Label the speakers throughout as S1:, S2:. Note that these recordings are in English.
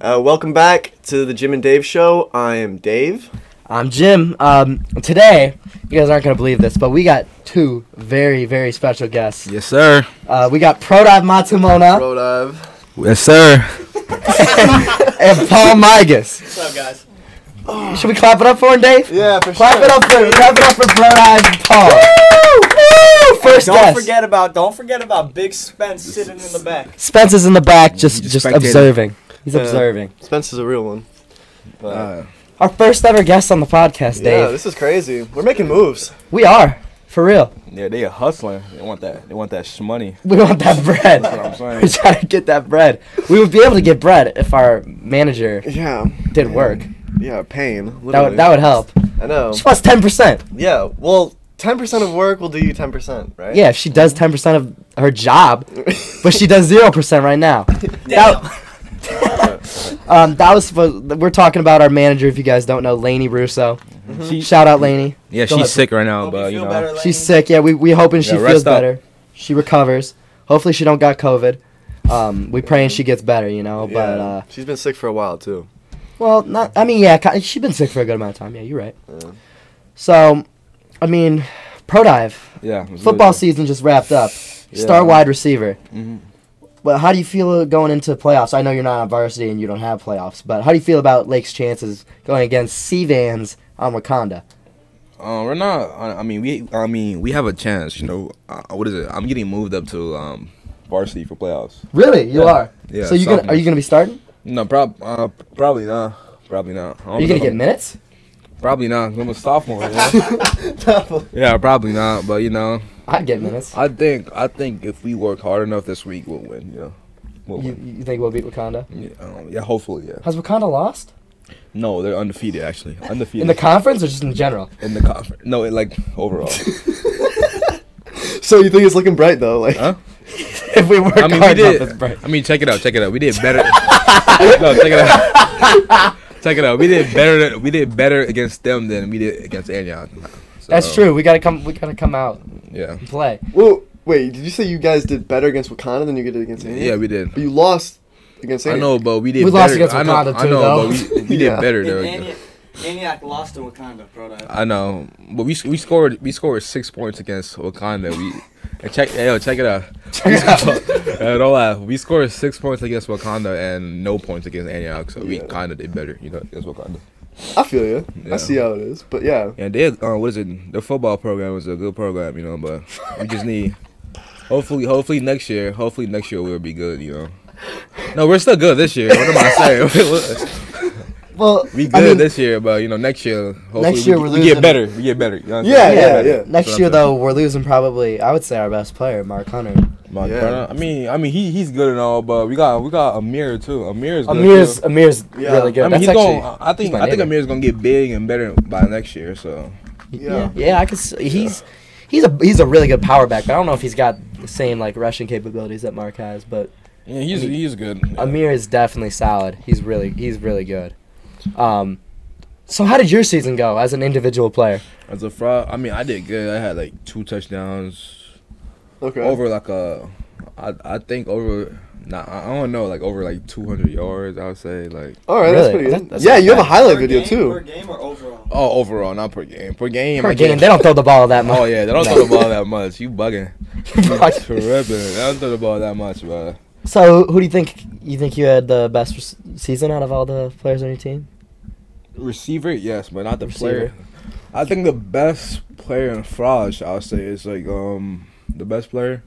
S1: Uh, welcome back to the Jim and Dave Show. I am Dave.
S2: I'm Jim. Um, today, you guys aren't gonna believe this, but we got two very, very special guests.
S3: Yes, sir.
S2: Uh, we got Prodive Matsumona
S3: Yes, sir.
S2: and Paul Migas.
S4: What's up, guys?
S2: Should we clap it up for him, Dave?
S1: Yeah, for
S2: Clap it up for clap it up for Prodive and Paul. Woo! First
S4: don't
S2: guest.
S4: forget about don't forget about Big Spence sitting in the back.
S2: Spence is in the back, just
S3: Just
S2: just
S3: spectating.
S2: observing. He's
S1: Yeah.
S2: observing.
S1: Spence is a real one. But,
S3: Uh,
S2: Our first ever guest on the podcast,
S1: yeah,
S2: Dave.
S1: this is crazy. We're making moves.
S2: we are for real.
S5: Yeah, they are hustling. They want that. They want that sh- money.
S2: We want that
S5: That's
S2: bread.
S5: what I'm
S2: We're
S5: saying.
S2: trying to get that bread. We would be able to get bread if our manager
S1: Yeah,
S2: did work.
S1: yeah, pain.
S2: That
S1: literally.
S2: would that would help.
S1: I know.
S2: She wants ten percent.
S1: Yeah, well, ten percent of work will do you ten percent, right?
S2: Yeah, if she does ten percent of her job, but she does zero percent right now. That, um, that was supposed. We're talking about our manager. If you guys don't know, Lainey Russo.
S5: She-
S2: Shout out Lainey.
S3: yeah,
S2: Go ahead.
S3: she's sick right now,
S4: Hope
S3: but you
S4: feel
S3: know.
S4: better, Lane.
S2: She's sick. Yeah, we we hoping she
S5: Yeah,
S2: feels
S5: rest up.
S2: better. She recovers. Hopefully, she don't got COVID. Um, we praying she gets better. You know, but
S1: Yeah,
S2: uh,
S1: Oh, she's been sick for a while too.
S2: well, not. I mean, yeah, ki- she's been sick for a good amount of time. Yeah, you're right.
S1: Yeah.
S2: So, I mean, pro dive.
S5: Yeah. it was
S2: Football
S5: really-
S2: season just wrapped up.
S5: Yeah.
S2: Star wide receiver.
S3: Mm-hmm.
S5: Mhm.
S2: Well, how do you feel going into playoffs? I know you're not on varsity and you don't have playoffs, but how do you feel about Lake's chances going against C Vans on Wakanda?
S3: Uh, we're not. I I mean, we. I mean, we have a chance. You know, uh, what is it? I'm getting moved up to um, varsity for playoffs.
S2: Really, you
S3: Yeah.
S2: are.
S3: Yeah.
S2: so you gonna, are you gonna be starting?
S3: No, prob. Uh, probably not. Probably not. I
S2: Are
S3: don't
S2: you gonna
S3: know.
S2: get minutes?
S3: Probably not. 'cause I'm a sophomore. you know? yeah, probably not. But you know,
S2: I'd get minutes.
S3: I think. I think if we work hard enough this week, we'll win. You know. We'll
S2: You,
S3: win.
S2: you think we'll beat Wakanda?
S3: Yeah, um, yeah, hopefully, yeah.
S2: Has Wakanda lost
S3: No, they're undefeated actually. Undefeated
S2: in the conference or just in general?
S3: in the conference. No, it, like overall.
S1: So you think it's looking bright though? Like,
S3: Huh?
S2: if we work
S3: I mean, we
S2: hard enough,
S3: did.
S2: it's bright.
S3: I mean, check it out. Check it out. We did better. no, check it out. check it out. We did better. Than, we did better against them than we did against Anyang. So,
S2: That's true. We gotta come. We gotta come out
S3: Yeah.
S2: and play.
S1: well, wait, did you say you guys did better against Wakanda than you did against? India?
S3: Yeah, we did.
S1: but you lost against.
S3: I
S1: India.
S3: know, but we did.
S2: We
S3: better.
S2: lost against
S3: I know,
S2: Wakanda
S3: I
S2: too,
S3: know,
S2: though.
S3: but we, we
S1: Yeah.
S3: did better. Though.
S4: And Maniac lost to Wakanda, bro. That-
S3: I know, but we we scored we scored six points against Wakanda. We and check yo check it out. We scored- uh, don't laugh. We scored six points against Wakanda and no points against Antioch, so we
S1: Yeah.
S3: kind of did better, you know, against Wakanda.
S1: I feel you. I
S3: Yeah.
S1: see how it is, but yeah.
S3: And they uh, what is it? The football program is a good program, you know, but we just need hopefully hopefully next year hopefully next year we'll be good, you know. No, we're still good this year. What am I saying?
S2: Well,
S3: we good
S2: I mean,
S3: this year, but you know next year hopefully
S2: Next year
S3: we,
S2: we're
S3: we get
S2: losing.
S3: better. We get better. You know what I'm
S1: Yeah,
S3: saying? We get
S1: yeah,
S3: better.
S1: yeah.
S2: Next
S3: That's
S2: year
S3: what I'm
S2: though, we're losing probably. I would say our best player, Mark Hunter.
S3: My
S1: Yeah.
S3: brother- I mean, I mean, he he's good and all, but we got we got Amir too. Amir's good
S2: Amir's
S3: too.
S2: Amir's
S1: Yeah.
S2: really good.
S3: I mean,
S2: That's
S3: he's uh,
S2: actually,
S3: going. I
S2: he's
S3: think
S2: my
S3: I think
S2: neighbor.
S3: Amir's gonna get big and better by next year. So
S2: Yeah,
S1: Yeah.
S2: yeah, I could. s- He's he's a he's a really good power back, but I don't know if he's got the same like rushing capabilities that Mark has. But
S3: yeah, he's
S2: I mean,
S3: he's good.
S2: Amir is definitely solid. He's really he's really good. Um, so how did your season go as an individual player?
S3: As a fraud, I mean, I did good. I had like two touchdowns
S1: Okay.
S3: over like a, I I think over. Nah, I I don't know. Like over like 200 yards, I would say. Like
S1: All right, that's
S2: Really?
S1: pretty good.
S2: That- that's
S1: yeah,
S2: not
S1: you have a
S2: bad.
S1: highlight
S4: Per
S1: video
S4: game,
S1: too.
S4: Per game or overall?
S3: oh, overall, not per game. Per game,
S2: Per
S3: I
S2: game,
S3: can't-
S2: they don't throw the ball that much.
S3: Oh yeah, they don't
S2: No.
S3: throw the ball that much. You bugging.
S2: Fuck.
S3: Tripping. They don't throw the ball that much, bro.
S2: so who do you think you think you had the best res- season out of all the players on your team?
S3: Receiver, yes, but not the
S2: Receiver.
S3: player. I think the best player in Frosh, I'll say, is like um the best player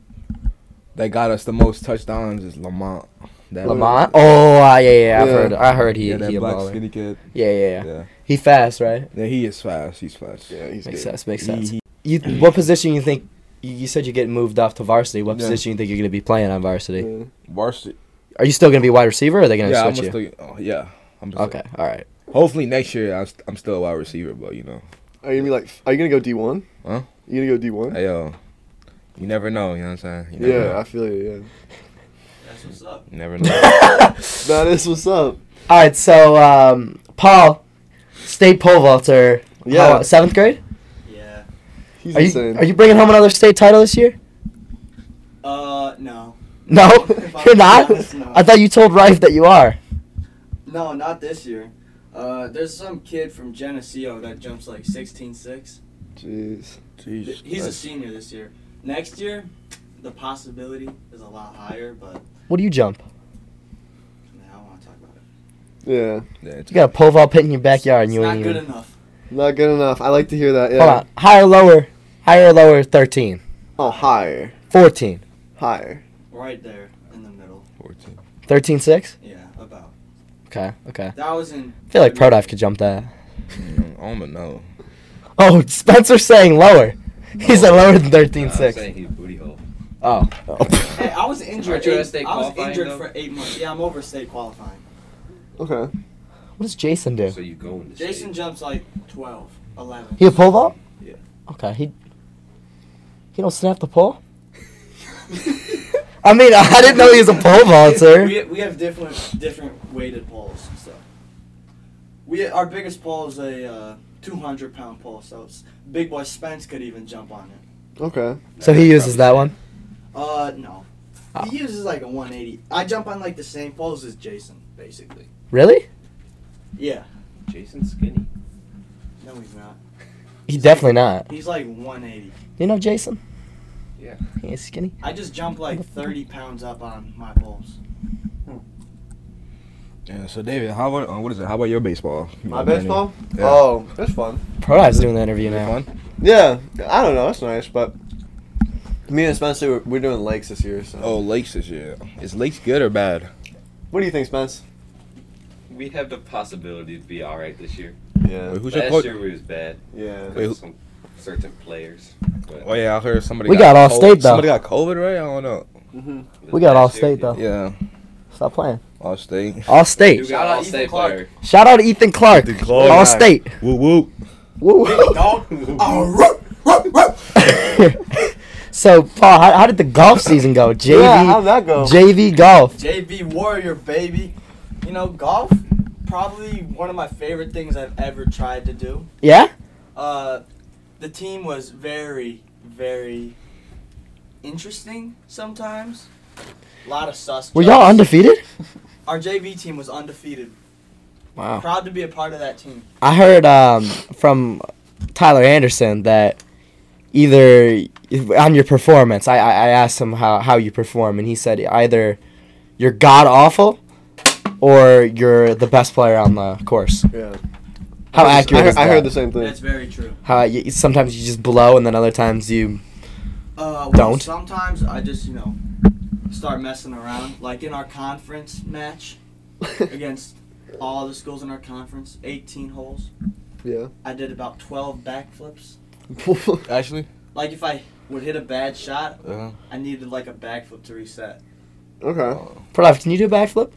S3: that got us the most touchdowns is Lamont. That
S2: Lamont. Oh uh, yeah, yeah, I've
S1: Yeah.
S2: heard. I heard he
S3: yeah,
S2: he
S3: that
S2: a
S3: black
S2: baller.
S3: skinny kid.
S2: Yeah, yeah,
S3: Yeah.
S2: yeah.
S3: yeah,
S2: He fast, right?
S3: he is fast. He's fast.
S1: Yeah, he's
S2: Makes
S1: good.
S2: sense. Makes
S3: He-
S2: sense.
S3: he-
S2: You, what position you think? You, you said you get moved off to varsity. What
S3: Yeah.
S2: position you think you're going to be playing on varsity?
S1: Yeah.
S3: varsity.
S2: Are you still going to be wide receiver? or Are they going to
S3: Yeah, I'm
S2: switch you?
S3: still. Oh, yeah, I'm still,
S2: okay, all right.
S3: Hopefully next year I'm, st- I'm still a wide receiver, but you know,
S1: Are you gonna be like? Are you gonna go D one?
S3: Huh?
S1: You gonna go D one?
S3: hey, yo, you never know. You know what I'm saying? You never
S1: Yeah,
S3: know.
S1: I feel you.
S4: That's what's up.
S3: You never know.
S1: Yeah, that is what's up.
S2: All right. So, um, Paul, state pole vaulter.
S1: Yeah.
S2: how- seventh grade.
S4: Yeah.
S1: He's
S2: Are you
S1: insane.
S2: are you bringing home another state title this year?
S4: Uh, no.
S2: No,
S4: If I'm
S2: you're not.
S4: honest, no.
S2: I thought you told Rife that you are.
S4: No, not this year. Uh, there's some kid from Geneseo that jumps like 16.6.
S1: Jeez.
S4: Th- He's a senior this year. Next year, the possibility is a lot higher, but
S2: What do you jump?
S4: man, I don't want to talk about it.
S1: Yeah.
S6: Yeah, it's
S2: You got a pole vault pit in your backyard and
S4: It's
S2: you
S4: not
S2: ain't
S4: good
S2: even.
S4: enough.
S1: Not good enough. I like to hear that. Yeah.
S2: Hold on. Higher, lower. Higher, lower, 13.
S1: Oh, higher.
S2: 14.
S1: Higher.
S4: Right there in the middle.
S6: 14.
S2: 13 6?
S4: Yeah, about.
S2: Okay, okay.
S4: That was in.
S2: I feel like Prodive could jump that.
S6: Mm, I don't even know.
S2: Oh, Spencer's saying lower. He said lower than 13 6.
S7: he's booty hole.
S2: Oh.
S4: Hey, I was injured.
S7: Aren't you at
S4: eight-
S7: state
S4: I was
S7: qualifying,
S4: injured
S7: though?
S4: for eight months. Yeah, I'm over state qualifying.
S1: Okay.
S2: What does Jason do?
S7: So you go into
S4: Jason
S7: state.
S4: jumps like 12, 11.
S2: He a pole vault?
S7: Yeah.
S2: Okay, he. He don't snap the pole? I mean, I didn't know he was a pole vaulter.
S4: We, we have different different weighted poles. So we our biggest pole is a uh, 200 pound pole. So it's, big boy Spence could even jump on it.
S1: Okay.
S2: So he uses that one.
S4: Uh no,
S2: Ah.
S4: he uses like a 180. I jump on like the same poles as Jason basically.
S2: Really?
S4: Yeah.
S7: Jason's skinny.
S4: No, he's not.
S2: He definitely not.
S4: He's like 180.
S2: You know Jason?
S7: Yeah.
S2: He ain't skinny.
S4: I just jump like 30 pounds up on my poles.
S6: Yeah, so David, how about uh, what is it? How about your baseball? You
S1: My
S6: know, Brandon?
S1: baseball?
S6: Yeah.
S1: Oh, that's fun.
S2: Prodive's doing the interview
S6: Is it
S2: now.
S6: fun?
S1: Yeah. I don't know. That's nice, but me and Spencer, we're, we're doing lakes this year. So.
S6: Oh, Lakes this year. Is Lakes good or bad?
S1: What do you think, Spence?
S7: We have the possibility to be all right this year.
S1: Yeah.
S6: Wait, who's your
S7: Last
S6: coach?
S7: year we was bad.
S1: Yeah.
S6: Wait, who-
S7: Some certain players. But
S6: Oh yeah, I heard somebody.
S2: We got
S6: COVID-
S2: Allstate, though.
S6: Somebody got COVID, right? I don't know.
S2: We got
S7: last year,
S2: Allstate, though.
S6: Yeah,
S2: Stop playing.
S6: All State.
S2: All
S7: yeah.
S2: state.
S7: You got all
S4: Ethan
S7: state
S4: Clark.
S7: player.
S2: Shout out to Ethan Clark.
S6: Ethan Clark.
S2: All state.
S6: Woo woo.
S2: Woo.
S4: Dog. Oh,
S2: so Paul, how, how did the golf season go? JV.
S1: Yeah, how'd that go?
S2: JV golf.
S4: JV Warrior, baby. You know, golf, probably one of my favorite things I've ever tried to do.
S2: Yeah.
S4: Uh, the team was very, very interesting sometimes. A lot of sus.
S2: Were y'all
S4: jobs.
S2: undefeated?
S4: Our JV team was undefeated.
S2: Wow.
S4: Proud to be a part of that team.
S2: I heard um, from Tyler Anderson that either on your performance, I, I, I asked him how, how you perform, and he said either you're god awful or you're the best player on the course.
S1: Yeah.
S2: How
S1: I heard-
S2: accurate
S1: I heard,
S2: is that?
S1: I heard the same thing.
S4: That's very true.
S2: How you, sometimes you just blow, and then other times you.
S4: Uh, well,
S2: Don't.
S4: Sometimes I just, you know, start messing around. Like in our conference match against all the schools in our conference, 18 holes.
S1: yeah.
S4: I did about 12 backflips.
S3: Actually,
S4: Like if I would hit a bad shot,
S3: uh,
S1: Uh-huh.
S4: I needed like a backflip to reset.
S1: okay.
S2: Prodive, can you do a backflip?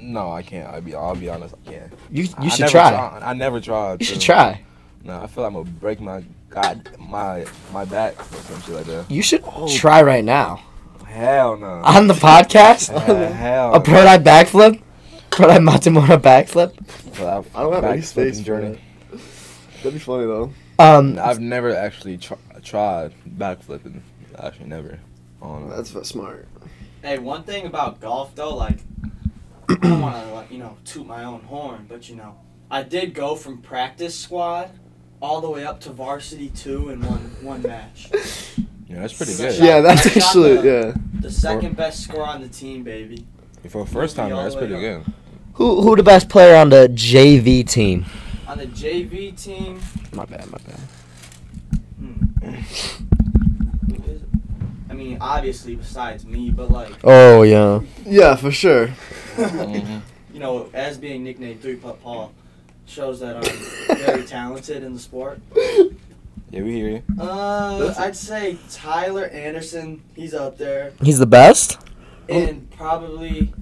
S3: no, I can't. I be, I'll be honest, I can't.
S2: You
S3: I-
S2: you
S3: I
S2: should
S3: never
S2: try.
S3: tried. I never tried.
S2: You should
S3: to.
S2: try.
S3: Nah, I feel like I'm gonna break my god, my my back or some shit like that.
S2: You should
S1: Oh.
S2: try right now
S3: Hell no.
S2: on the podcast.
S3: Uh, hell.
S2: a Prodive backflip, Prodive Matamura backflip.
S3: no.
S1: I don't have any
S3: Backflipping
S1: space for
S3: journey.
S1: it. That'd be funny though.
S2: Um,
S3: I've never actually tr- tried backflipping. Actually, never. Oh, no.
S1: That's smart.
S4: Hey, one thing about golf though, like I don't want to like you know toot my own horn, but you know I did go from practice squad all the way up to varsity two in one one match.
S3: Yeah, that's pretty
S4: Yeah.
S3: good.
S1: Yeah, that's
S4: I shot
S1: actually
S4: the-
S1: yeah.
S4: The second best score on the team, baby.
S3: For a first time, that's pretty good.
S2: Who who the best player on the JV team?
S4: On the JV team,
S2: My bad, my bad.
S4: who is it? I mean obviously besides me, but like
S2: Oh yeah.
S1: Yeah, for sure.
S3: Mm-hmm.
S4: you know as being nicknamed Three Putt Paul shows that I'm very talented in the sport.
S3: Yeah, we hear you.
S4: Uh, I'd say Tyler Anderson. He's up there,
S2: He's the best.
S4: and probably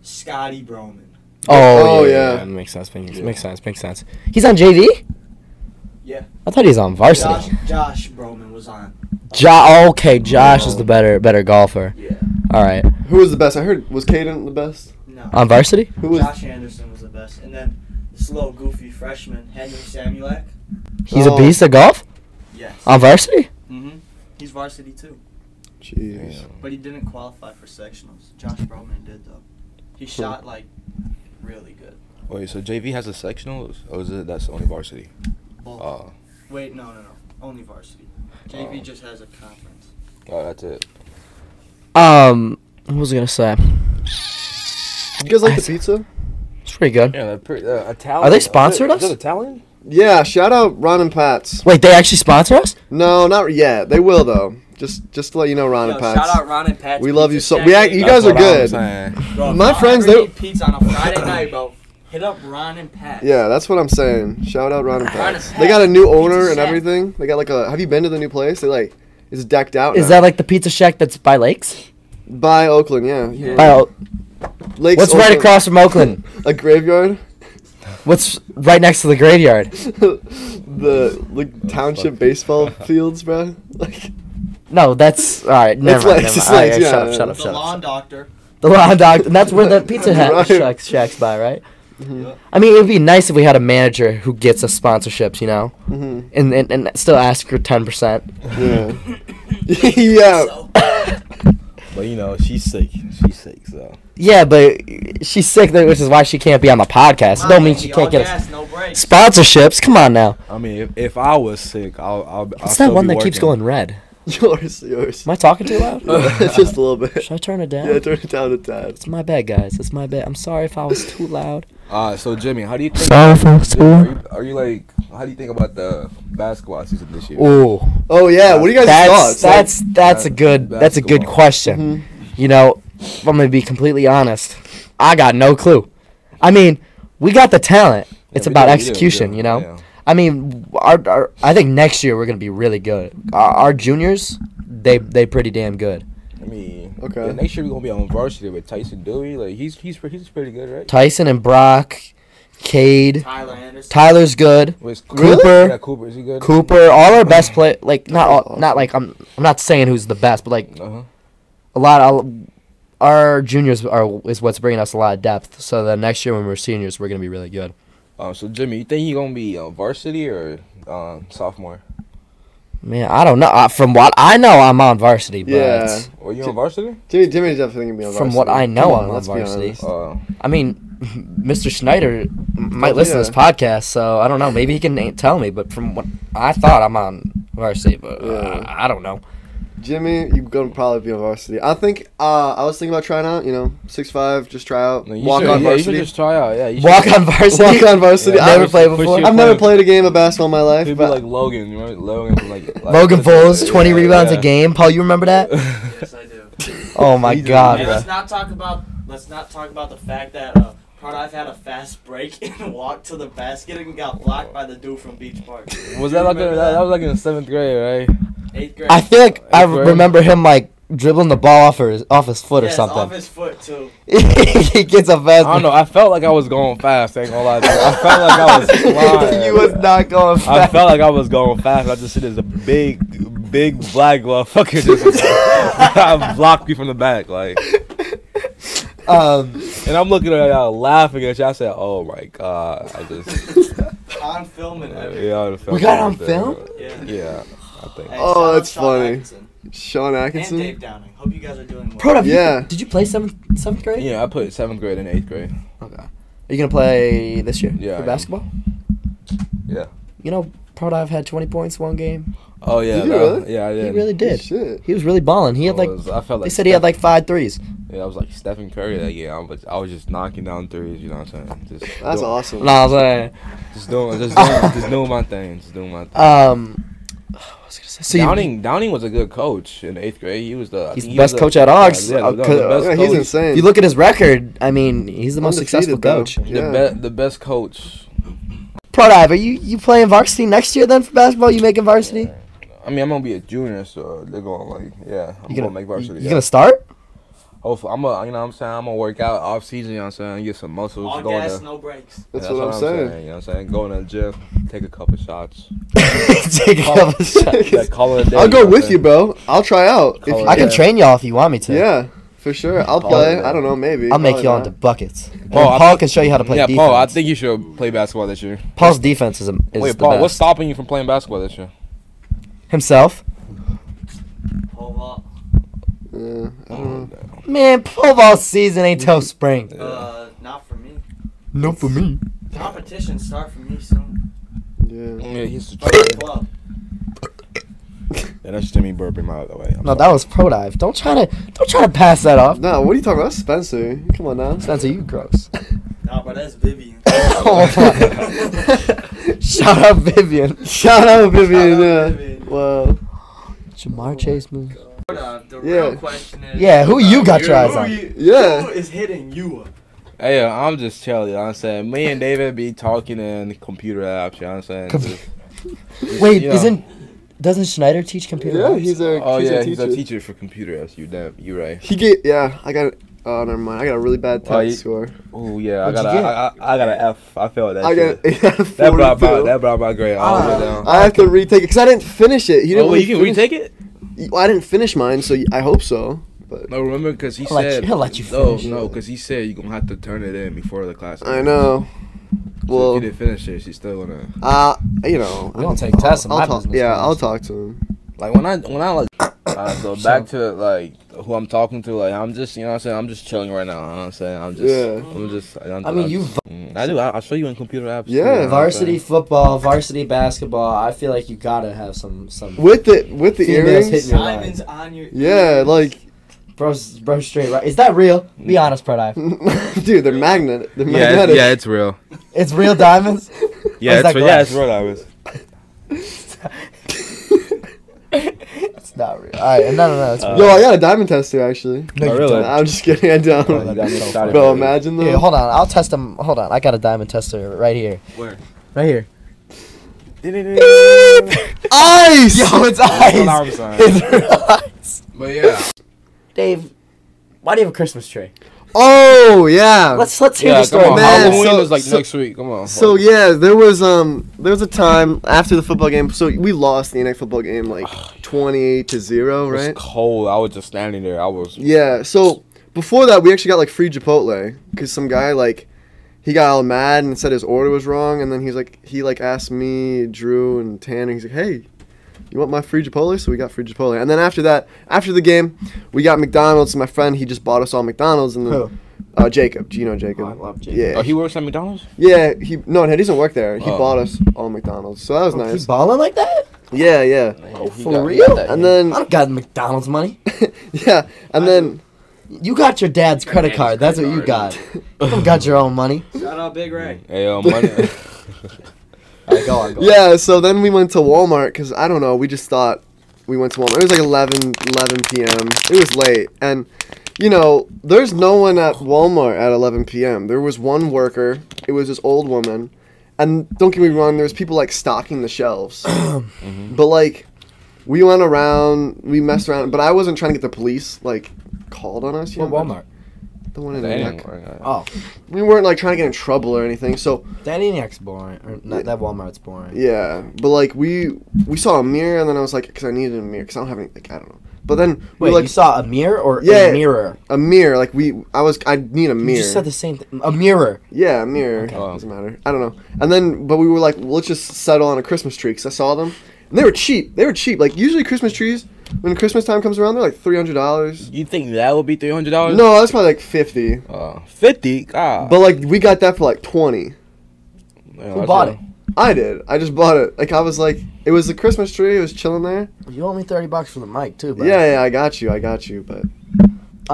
S4: Scotty Broman.
S1: Oh, yeah.
S2: That makes sense. Makes, makes sense. Makes sense. He's on JV.
S4: Yeah.
S2: I thought he was on varsity.
S4: Josh, Josh Broman was on.
S2: Jo- okay, Josh is the better better golfer.
S4: Yeah.
S2: All right,
S1: Who was the best? I heard was Caden the best.
S4: No.
S2: on varsity.
S1: Who was?
S4: Josh Anderson was the best, and then this little goofy freshman Henry Samulak.
S2: He's
S1: Oh.
S2: a beast at golf.
S4: Yes.
S2: On varsity.
S4: hmm He's varsity too,
S1: Jeez.
S4: but he didn't qualify for sectionals. Josh Broman did though. He shot like really good.
S3: Wait, so JV has a sectional, or is it that's only varsity?
S4: Both.
S3: Oh,
S4: Wait, no, no, no. Only varsity. JV
S1: Oh.
S4: just has a conference.
S3: oh, that's it.
S2: Um, what was I gonna say?
S1: You guys like the pizza?
S2: It's pretty good.
S3: Yeah, they're pretty, uh, Italian.
S2: Are they sponsored
S3: is it- Is
S2: us?
S3: it Italian?
S1: Yeah, shout out Ron and Pat's.
S2: Wait, they actually sponsor us?
S1: No, not yet. They will though. Just just to let you know, Ron
S4: Yo,
S1: and Pat's.
S4: shout out Ron and Pat.
S1: We love you so- we act- You guys
S3: That's what
S1: are good.
S3: I'm saying.
S4: Bro, if
S1: my
S4: y'all
S1: friends,
S4: ever
S1: they-
S4: need pizza on a Friday night, bro. Hit up Ron and Pat.
S1: Yeah, that's what I'm saying. Shout out Ron and
S4: Ron and
S1: Pat's.
S4: Pat's.
S1: They got a new owner
S4: Pizza
S1: and
S4: Shack.
S1: everything. They got like a. Have you been to the new place? They like it's decked out.
S2: Is
S1: now.
S2: that like the pizza shack that's by Lakes?
S1: by Oakland? Yeah.
S4: Yeah.
S2: By O-
S1: Lakes
S2: what's right
S1: Oakland.
S2: across from Oakland?
S1: A graveyard.
S2: What's right next to the graveyard?
S1: the like township baseball fields, bro. Like
S2: No, that's all right. Never
S1: It's
S2: mind.
S1: Lakes, it's
S2: never mind. All
S1: Lakes,
S2: right,
S1: yeah,
S2: Shut up!
S1: yeah.
S2: Shut up!
S4: The
S2: Shut
S4: lawn
S2: up!
S4: doctor.
S2: The lawn dog. And that's where the pizza hat
S1: Right.
S2: shack, shack's by, right? I mean, it would be nice if we had a manager who gets us sponsorships, you know,
S1: hmm
S2: and and, and still ask for ten percent.
S1: Yeah. yeah.
S4: So,
S3: But you know, she's sick. She's sick, so.
S2: Yeah, but she's sick, tha- which is why she can't be on the podcast. It don't mean she
S4: y'all
S2: can't get us
S4: gas, no breaks.
S2: sponsorships. Come on now.
S3: I mean, if, if I was sick, I'll. I'll I'll
S2: It's
S3: still
S2: that
S3: be
S2: one that keeps
S3: working.
S2: going red.
S1: Yours, yours.
S2: Am I talking too loud?
S1: Just a little bit.
S2: Should I turn it down?
S1: Yeah, turn it down a tad.
S2: it's my bad, guys. It's my bad. I'm sorry if I was too loud.
S3: Uh, so Jimmy, how do you think?
S2: Sorry for
S3: Jimmy, are, you, are you like? How do you think about the basketball season this year?
S2: Ooh,
S1: Oh yeah, what do you guys
S2: that's
S1: thoughts? Like, Mm-hmm.
S2: that's that's a good that's a good
S3: Basketball.
S2: question. You know, if I'm gonna be completely honest. I got no clue. I mean, we got the talent. It's
S3: we
S2: about
S3: do, we do, we
S2: execution,
S3: do,
S2: you know.
S3: yeah.
S2: I mean, our, our I think next year we're gonna be really good. Our, our juniors, they they pretty damn good.
S3: I mean,
S1: Okay.
S3: okay. next year we're gonna be on varsity with Tyson Dewey. Like he's he's pre- he's pretty good, right?
S2: Tyson and Brock, Cade,
S4: Tyler Anderson.
S2: Tyler's good.
S3: Where's
S2: Cooper?
S3: Yeah, Cooper is he good?
S2: Cooper, all our best play, like not all, not like I'm I'm not saying who's the best, but like
S3: Uh huh.
S2: a lot of our juniors are is what's bringing us a lot of depth. So that next year when we're seniors, we're gonna be really good.
S3: Um, so Jimmy, you think he gonna be uh, varsity or um, sophomore?
S2: Man, I don't know. Uh, from what I know, I'm on varsity, but
S1: Yeah.
S3: Or you on varsity?
S1: Jimmy, Jimmy's definitely gonna be on varsity.
S2: From what I know,
S1: Come
S2: I'm on
S1: let's be
S2: varsity.
S1: honest.
S3: Uh,
S2: I mean, Mr. Schneider m- might
S1: Oh,
S2: listen to
S1: yeah.
S2: this podcast, so I don't know. Maybe he can ain't tell me. But from what I thought, I'm on varsity, but uh,
S1: Yeah.
S2: I don't know.
S1: Jimmy, you're gonna probably be on varsity. I think. Uh, I was thinking about trying out. You know, six five, just try out,
S3: no, you
S1: walk
S3: should-
S1: on
S3: yeah,
S1: varsity.
S3: You should just try out. Yeah. You should-
S2: Walk on varsity.
S1: Walk on varsity.
S3: Yeah,
S1: I've,
S2: Never
S3: push-
S2: played
S3: push
S2: before.
S3: your
S1: I've never
S3: plan.
S1: played a game of basketball in my life,
S3: He'd be
S1: but
S3: like Logan, you remember Logan from like, like
S2: Logan Foles, 20
S3: Yeah,
S2: rebounds
S3: yeah.
S2: a game. Paul, you remember that?
S4: Yes, I do.
S2: Oh my
S1: Jesus.
S2: god,
S4: Hey,
S2: bro.
S4: let's not talk about let's not talk about the fact that uh, Pardive had a fast break and walked to the basket and got blocked by the dude from Beach Park.
S3: Was that like a,
S4: Remember
S3: that,
S4: that?
S3: that was like in the seventh grade, right?
S4: Eighth grade.
S2: I feel like I
S3: Eighth grade.
S2: remember him like dribbling the ball off his off his foot or
S4: yes, Off
S2: something.
S4: his foot too.
S2: he gets a fast.
S3: I don't know. I felt like I was going fast. I ain't gonna lie. To you. I felt like I was flying.
S2: he was not going
S3: I
S2: fast.
S3: felt like I was going fast. I just see this big, big black motherfucker just blocked me from the back, like,
S2: um,
S3: and I'm looking at y'all laughing at y'all. I said, "Oh my god!" I just,
S4: On film and
S3: yeah,
S4: everything.
S3: I felt
S2: We got
S3: like
S2: on
S3: that.
S2: film?
S4: Yeah.
S3: Yeah, I think.
S4: Hey,
S1: Oh,
S4: shout out
S1: that's
S4: Sean
S1: funny.
S4: Atkinson
S1: Sean
S4: And Dave
S1: Atkinson.
S4: Downing. Hope you guys are doing well.
S2: Proto,
S1: Yeah.
S2: yeah. Did you play seventh seventh grade?
S3: Yeah, I put seventh grade and eighth grade.
S2: Okay. Are you gonna play this year
S3: Yeah, I
S2: for
S3: am.
S2: basketball?
S3: Yeah.
S2: You know, Protiv had 20 points one game.
S3: Oh yeah,
S1: Did you
S3: that-
S1: really?
S3: yeah, I did.
S2: He really did.
S1: Shit.
S2: He was really balling. He had
S3: I
S2: like
S3: was- I felt
S2: they
S3: like
S2: said he had
S3: Steph-
S2: like five threes.
S3: yeah, I was like Stephen Curry that year. I was, I was just knocking down threes. You know what I'm saying? Just
S1: That's
S3: doing,
S1: awesome.
S2: Nah, I was like,
S3: Just doing, just doing, just doing my thing. Just doing my thing.
S2: um, what was I gonna say? So you-
S3: Downing Downing was a good coach in eighth grade. He was the I
S2: He's
S3: think
S2: the
S3: he
S2: best
S3: was
S2: coach at Augs.
S3: Yeah,
S2: Uh,
S3: the, the
S2: co-
S3: best
S1: Yeah,
S3: coach,
S1: he's insane.
S2: if you look at his record, I mean, he's the most
S1: Undefeated,
S2: successful
S1: bro.
S2: coach.
S3: The,
S1: Yeah.
S3: be- the best coach.
S2: Protiv, are you you playing varsity next year then for basketball? You making varsity?
S3: I mean, I'm gonna be a junior, so they're going like, yeah, I'm
S2: You
S3: gonna,
S2: gonna
S3: make varsity.
S2: You,
S3: yeah.
S2: you gonna start?
S3: Hopefully, I'm gonna, you know, what I'm saying, I'm gonna work out off season. You know, what I'm saying, get some muscles.
S4: All
S3: going
S4: gas,
S3: to,
S4: no breaks.
S1: That's, what, I'm saying.
S3: You know, what I'm saying, going to the gym, take a couple shots.
S2: Take a couple shots.
S3: Yeah, call it a day.
S1: I'll
S3: you know
S1: go
S3: what I'm
S1: with you,
S3: saying?
S1: bro. I'll try out. If you,
S3: Color.
S2: I can
S3: Yeah.
S2: train y'all if you want me to.
S1: yeah, for sure. I'll
S3: Call
S1: play.
S3: it,
S1: I don't know. Maybe.
S2: I'll make
S1: Probably
S2: y'all
S1: not.
S2: into buckets. And
S3: Paul, I
S2: Paul
S3: think-
S2: can show you how to play
S3: yeah,
S2: defense.
S3: Paul. I think you should play basketball this year.
S2: Paul's defense is, is
S3: Wait,
S2: the
S3: Paul,
S2: best.
S3: what's stopping you from playing basketball this year?
S2: Himself.
S4: Whole lot.
S1: Yeah, I don't know.
S3: Uh,
S2: Man, pole vault season ain't till spring.
S3: Yeah.
S4: Uh, not for me.
S2: Not for me.
S4: Competitions start for me soon.
S1: Yeah.
S8: Yeah, he's the
S4: Club.
S8: Yeah, that's Jimmy burping my other way. I'm
S2: No,
S8: sorry.
S2: that was pro dive. Don't try to don't try to pass that off.
S1: No, what are you talking about, Spencer? Come on now.
S2: Spencer, you gross.
S4: Nah, but that's Vivian.
S2: Oh my. Shout out Vivian.
S1: Shout out Vivian.
S4: Shout out
S1: yeah.
S4: Vivian.
S1: Wow.
S2: Jamar Chase move.
S4: But, uh, the
S1: Yeah.
S4: real question is.
S2: Yeah, who you got your
S4: Who
S2: eyes on?
S4: you-
S1: Yeah.
S4: Who is hitting you up?
S3: Hey, yo, I'm just chilling. You know what I'm saying me and David be talking in computer apps. You know what I'm saying.
S2: Com-
S3: Just-
S2: Wait,
S3: Yeah.
S2: isn't doesn't Schneider teach computer?
S1: Yeah,
S2: labs?
S1: he's a
S3: oh
S1: he's
S3: yeah,
S1: a
S3: he's
S1: teacher.
S3: a teacher for computer apps. You damn, you right.
S1: He gave yeah. I got oh never mind. I got a really bad test
S3: Oh, you-
S1: score.
S3: Oh yeah,
S2: What'd
S3: I
S2: you
S3: got a, I, I, I got an F. I failed that.
S1: I
S3: shit.
S1: got
S3: that brought my
S1: 42.
S3: that brought my grade all the way down.
S1: I have to retake it because I didn't finish it. He didn't.
S3: oh,
S1: really
S3: Ah, you can
S1: finish-
S3: retake it?
S1: Well, I didn't finish mine, so y- I hope so.
S3: No, remember because he
S2: He'll let you-
S3: said
S2: he'll let you
S3: no,
S2: finish.
S3: no, because he said you're gonna have to turn it in before the class.
S1: I
S3: ends.
S1: know.
S3: So if
S1: Well,
S3: you didn't finish it. She's still gonna.
S1: uh, you know.
S2: We don't take tests in
S1: I'll
S2: my
S1: talk,
S2: business
S1: yeah,
S2: class.
S1: I'll talk to him.
S3: Like when I when I like Alright, Uh, so back to like who I'm talking to, like I'm just you know what I'm saying I'm just chilling right now. You know what I'm saying I'm just
S1: Yeah.
S3: I'm just I'm,
S2: I mean,
S3: I'm
S2: you
S3: just- Mm, I do I, I'll show you in computer apps.
S1: Yeah.
S3: you know what I'm
S2: Varsity
S3: saying?
S2: football, varsity basketball. I feel like you gotta have some some.
S1: With the with the
S2: Females
S1: earrings.
S2: hitting your-
S4: Simon's on your.
S1: Yeah,
S4: ears.
S1: like,
S2: Bro, bro, straight right. Is that real? Be honest, pro dive.
S1: dude, they're magnet. They're
S3: Yeah, it's,
S1: magnetic.
S3: yeah, it's real.
S2: It's real diamonds.
S3: Yeah,
S2: that
S3: it's real. Yeah,
S2: glass?
S3: it's real. I was.
S2: it's not real. All right, no, no, no. It's real.
S1: Yo, I got a diamond tester actually.
S2: No, you
S3: Uh, really?
S2: don't.
S1: I'm just kidding. I don't.
S3: Oh, you got me
S2: Bro,
S3: started.
S1: Bro, imagine
S2: Here,
S1: though.
S2: hold on. I'll test them. Hold on. I got a diamond tester right here.
S7: Where?
S2: Right here.
S1: Ice.
S2: Yo, it's
S3: what
S2: eyes.
S3: I'm saying.
S2: It's real eyes.
S3: But yeah,
S2: Dave, why do you have a Christmas tree?
S1: Oh yeah.
S2: Let's let's hear
S3: yeah.
S2: the
S3: Come
S2: story.
S3: on,
S1: Man,
S3: Halloween
S1: so-
S3: is like
S1: so-
S3: next week. Come on.
S1: So yeah, there was um there was a time after the football game. So we lost the NAC football game like twenty eight to zero,
S3: It was
S1: right?
S3: cold. I was just standing there. I was.
S1: Yeah. So before that, we actually got like free Chipotle because some guy like he got all mad and said his order was wrong, and then he's like he like asked me, Drew, and Tanner. He's like, hey. You want my free Chipotle? So we got free Chipotle, and then after that, after the game, we got McDonald's. And my friend, he just bought us all McDonald's, and
S2: Who?
S1: then uh, Jacob, do you know Jacob?
S2: Oh, I love Jacob.
S1: Yeah,
S3: Oh, he works at McDonald's.
S1: yeah, he no, he doesn't work there. He
S3: Oh.
S1: bought us all McDonald's, so that was
S2: Oh, Keep
S1: nice.
S2: balling like that?
S1: yeah, yeah,
S3: Oh,
S2: For real?
S1: and then
S2: I don't got McDonald's money.
S1: yeah, and then
S2: You got your dad's credit
S7: dad's
S2: card. That's what
S7: credit
S2: you got.
S7: card.
S2: You don't got your own money.
S4: Shout out Big Ray.
S3: Hey, yo, money.
S2: All right, go on, go on.
S1: yeah, so then we went to Walmart because I don't know. We just thought we went to Walmart. It was like 11, 11 p.m. It was late, and you know, there's no one at Walmart at eleven p.m. There was one worker. It was this old woman, and don't get me wrong, there was people like stocking the shelves, but like. We went around, we messed around, but I wasn't trying to get the police like called on us.
S2: What
S1: know?
S2: Walmart?
S1: The one in
S3: They
S1: Newark.
S3: didn't work.
S2: Oh,
S1: We weren't like trying to get in trouble or anything. So
S2: that Eniac's boring. Or not, that Walmart's boring.
S1: yeah, but like we we saw a mirror and then I was like, because I needed a mirror, because I don't have any, like I don't know. But then we
S2: Wait,
S1: like
S2: you saw a mirror or
S1: Yeah.
S2: a mirror?
S1: a mirror, like we I was I need a mirror.
S2: You just said the same thing. A mirror.
S1: Yeah, a mirror
S3: Oh.
S1: doesn't matter. I don't know. And then but we were like, let's just settle on a Christmas tree because I saw them and they were cheap. They were cheap. Like usually Christmas trees when Christmas time comes around, they're like three hundred dollars.
S3: You think that would be three hundred dollars?
S1: No, that's probably like fifty.
S3: Uh, fifty. God.
S1: But like we got that for like twenty.
S3: Man,
S2: Who
S3: that's
S2: bought
S3: a-
S2: it?
S1: I did. I just bought it. Like I was like, it was a Christmas tree. It was chilling there.
S2: You owe me thirty bucks for the mic too, bro.
S1: Yeah, yeah, I got you, I got you, but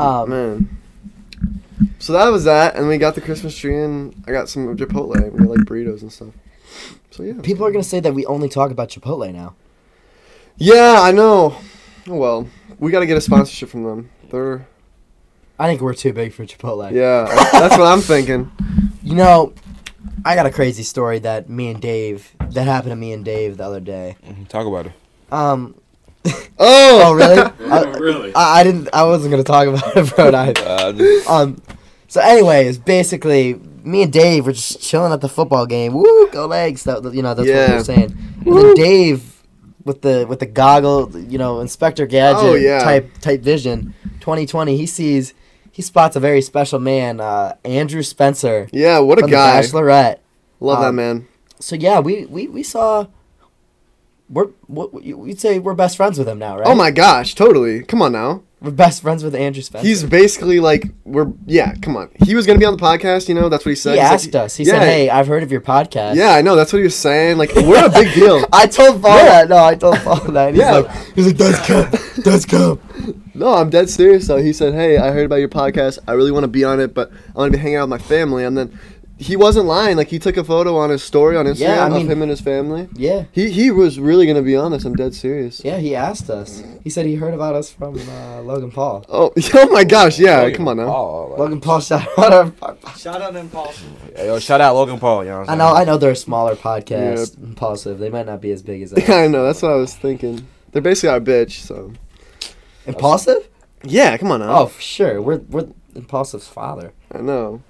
S2: Um,
S1: man. So that was that, and we got the Christmas tree, and I got some Chipotle. We got like burritos and stuff. So yeah.
S2: people are gonna say that we only talk about Chipotle now.
S1: Yeah, I know. Oh, Well, we got to get a sponsorship from them. They're
S2: I think we're too big for Chipotle.
S1: yeah, I- that's what I'm thinking.
S2: You know, I got a crazy story that me and Dave that happened to me and Dave the other day.
S3: Mm-hmm, Talk about it.
S2: Um,
S1: Oh,
S2: oh really? I,
S7: really?
S2: I, I didn't. I wasn't gonna talk about it, bro. I,
S3: Uh, just-
S2: um, so anyways, basically, me and Dave were just chilling at the football game. Woo, go legs! That, you know, that's what we
S1: Yeah.
S2: were saying. And then Dave, with the with the goggle, you know, Inspector Gadget
S1: Oh, yeah.
S2: type type vision, 2020, he sees, he spots a very special man, uh, Andrew Spencer
S1: yeah, what a
S2: from The
S1: guy.
S2: Bachelorette.
S1: Love that
S2: Um,
S1: man.
S2: So yeah, we we we saw. We're what you- you'd say we're best friends with him now, right?
S1: Oh my gosh, totally. Come on now.
S2: We're best friends with Andrew Spencer.
S1: He's basically like we're yeah. Come on, he was gonna be on the podcast. You know that's what he said.
S2: he
S1: He's like-
S2: asked us. He
S1: yeah,
S2: said, "Hey, I've heard of your podcast."
S1: Yeah, I know. That's what he was saying. Like we're a big deal.
S2: I told Paul that. No, I told Paul that. He's
S1: Yeah.
S2: like, he's like, that's cup, that's cup.
S1: No, I'm dead serious though. He said, "Hey, I heard about your podcast. I really want to be on it, but I want to be hanging out with my family." And then he wasn't lying. Like he took a photo on his story on Instagram
S2: Yeah, I mean-
S1: of him and his family.
S2: Yeah,
S1: He he was really gonna be on this. I'm dead serious.
S2: yeah. He asked us. He said he heard about us from uh, Logan Paul.
S1: Oh, oh my gosh! Yeah, come on now.
S3: Oh, like,
S2: Logan Paul shout out. Our podcast.
S4: Shout out Impulsive.
S3: yo, shout out Logan Paul. You know what
S2: I
S3: I'm
S2: know. I know they're a smaller podcast. Impulsive. They might not be as big as
S7: Oh.
S2: us.
S1: I know. That's what I was thinking. They're basically our bitch. So
S2: Impulsive?
S1: yeah, come on now.
S2: Oh, for sure. We're we're Impulsive's father.
S1: I know.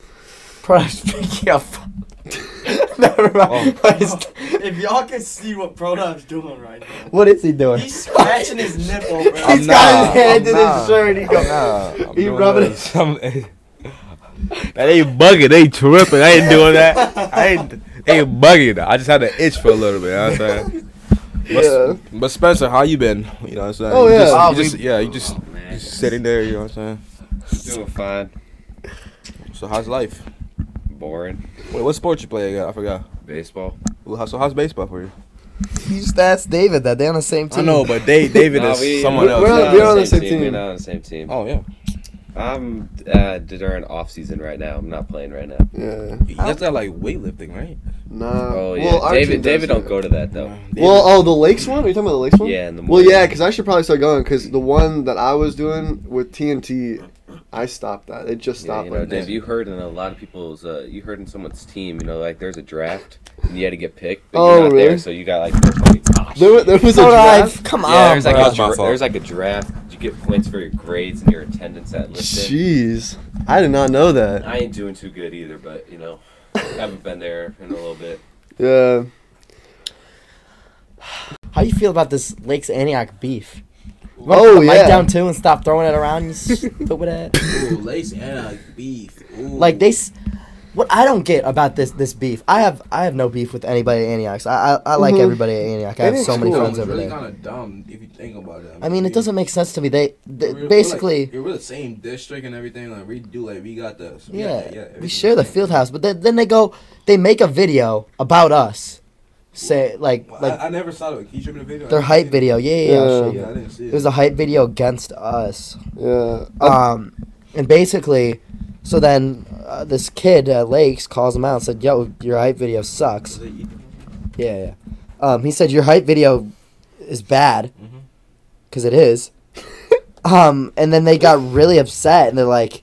S2: Bro, I was speaking of. Never mind. What, is,
S4: If y'all can see what Proton's doing right now.
S2: what is he doing?
S4: He's scratching his nipple, bro.
S2: He's got his hand
S7: Oh,
S2: in his shirt. He goes.
S3: saying? Nah, I'm
S2: He
S3: doing
S2: rubbing
S3: this. I'm- Man, they bugging. They tripping. I ain't doing that. I ain't. They bugging. I just had an itch for a little bit. You know what I'm saying. But,
S1: Yeah.
S3: but Spencer, how you been? You know what I'm saying?
S1: Oh,
S3: You
S1: yeah.
S3: just- you
S1: Oh,
S3: just- yeah, you just,
S7: Oh, man.
S3: just sitting there. You know what I'm
S7: Doing fine.
S3: saying? So how's life?
S7: Boring.
S3: Wait, what sport you play again? I forgot.
S7: Baseball.
S3: Well, how- So how's baseball for you?
S2: You just asked David that they on the same team.
S3: I know, but Dave, David
S7: Nah,
S3: is
S7: we-
S3: someone
S1: we're
S3: else.
S1: on-
S7: not
S1: we're on the same
S7: We're
S1: team.
S7: not on the same team.
S3: oh yeah.
S7: I'm uh, during off season right now. I'm not playing right now.
S1: Yeah.
S3: You guys got like weightlifting, right?
S1: Nah.
S7: Oh yeah.
S1: Uh, Well, our team
S7: David.
S1: does
S7: David, don't
S1: that.
S7: go to that though.
S1: Well, oh, the lakes one? Are you talking about the lakes one?
S7: Yeah, in the
S1: Well,
S7: morning.
S1: yeah, because I should probably start going because the one that I was doing with TNT, I stopped that. It just
S7: Yeah,
S1: stopped.
S7: you know,
S1: like that.
S7: Dave, you heard in a lot of people's, uh, you heard in someone's team, you know, like there's a draft and you had to get picked, but
S1: Oh,
S7: you're not
S1: really?
S7: there, so you got like four points.
S1: there, wa- there was a
S2: All right,
S1: draft.
S2: come
S7: yeah,
S2: on,
S7: there's like,
S3: bro.
S7: a
S3: That's my
S7: dra-
S3: fault.
S7: there's like a draft. You get points for your grades and your attendance at listed.
S1: Jeez, I did not know that.
S7: I ain't doing too good either, but you know, haven't been there in a little bit.
S1: Yeah,
S2: How you feel about this Lakes Antioch beef? You wanna
S1: Oh,
S2: put the mic
S1: yeah.
S2: down too and stop throwing it around. You stupid ass.
S9: Ooh, lace and a beef. Ooh.
S2: uh, Like they, s- what I don't get about this this beef. I have I have no beef with anybody at Antioch. I I, I like
S1: Mhm.
S2: everybody at Antioch. I have
S1: Antioch's
S2: so many
S1: cool.
S9: That was
S2: friends over
S9: really
S2: there.
S9: kind of dumb if you think about it.
S2: I mean, it doesn't make sense to me. They, they
S9: We're- we're like-
S2: basically.
S9: we're, the same district and everything. Like we do, like we got the
S2: Yeah, we
S9: everything.
S2: share the field house, but then, then they go, they make a video about us, say like
S9: Well,
S2: like
S9: I, I never saw it. Can you show me the video?
S2: their
S9: I didn't
S2: hype
S9: see it.
S2: video. Yeah, yeah, yeah. I'll show
S1: Yeah.
S2: you.
S9: Yeah, I didn't see it.
S2: It was a hype video against us.
S1: yeah. I-
S2: Um, and basically, so then uh, this kid uh, Lakes calls him out and said, "Yo, your hype video sucks." Yeah, yeah. Um, he said your hype video is bad,
S9: Mhm.
S2: because it is. um, and then they got really upset and they're like,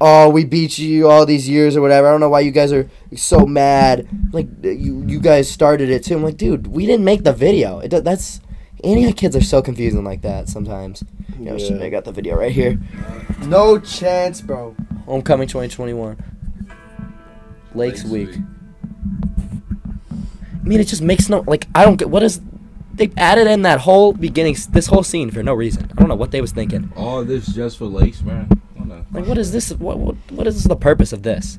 S2: "Oh, we beat you all these years or whatever. I don't know why you guys are so mad. Like you, you guys started it too." I'm like, "Dude, we didn't make the video. It, do- that's." Antioch kids are so confusing like that sometimes. You know, shit,
S1: Yeah.
S2: I got the video right here. No chance, bro. Homecoming 2021. Lakes,
S7: Lakes
S2: week.
S7: Week.
S2: I mean, it just makes no like. I don't get what is. They added in that whole beginning, s- this whole scene for no reason. I don't know what they was thinking.
S9: All this just for lakes, man. What the
S2: Like, what is this? What what, what is the purpose of this?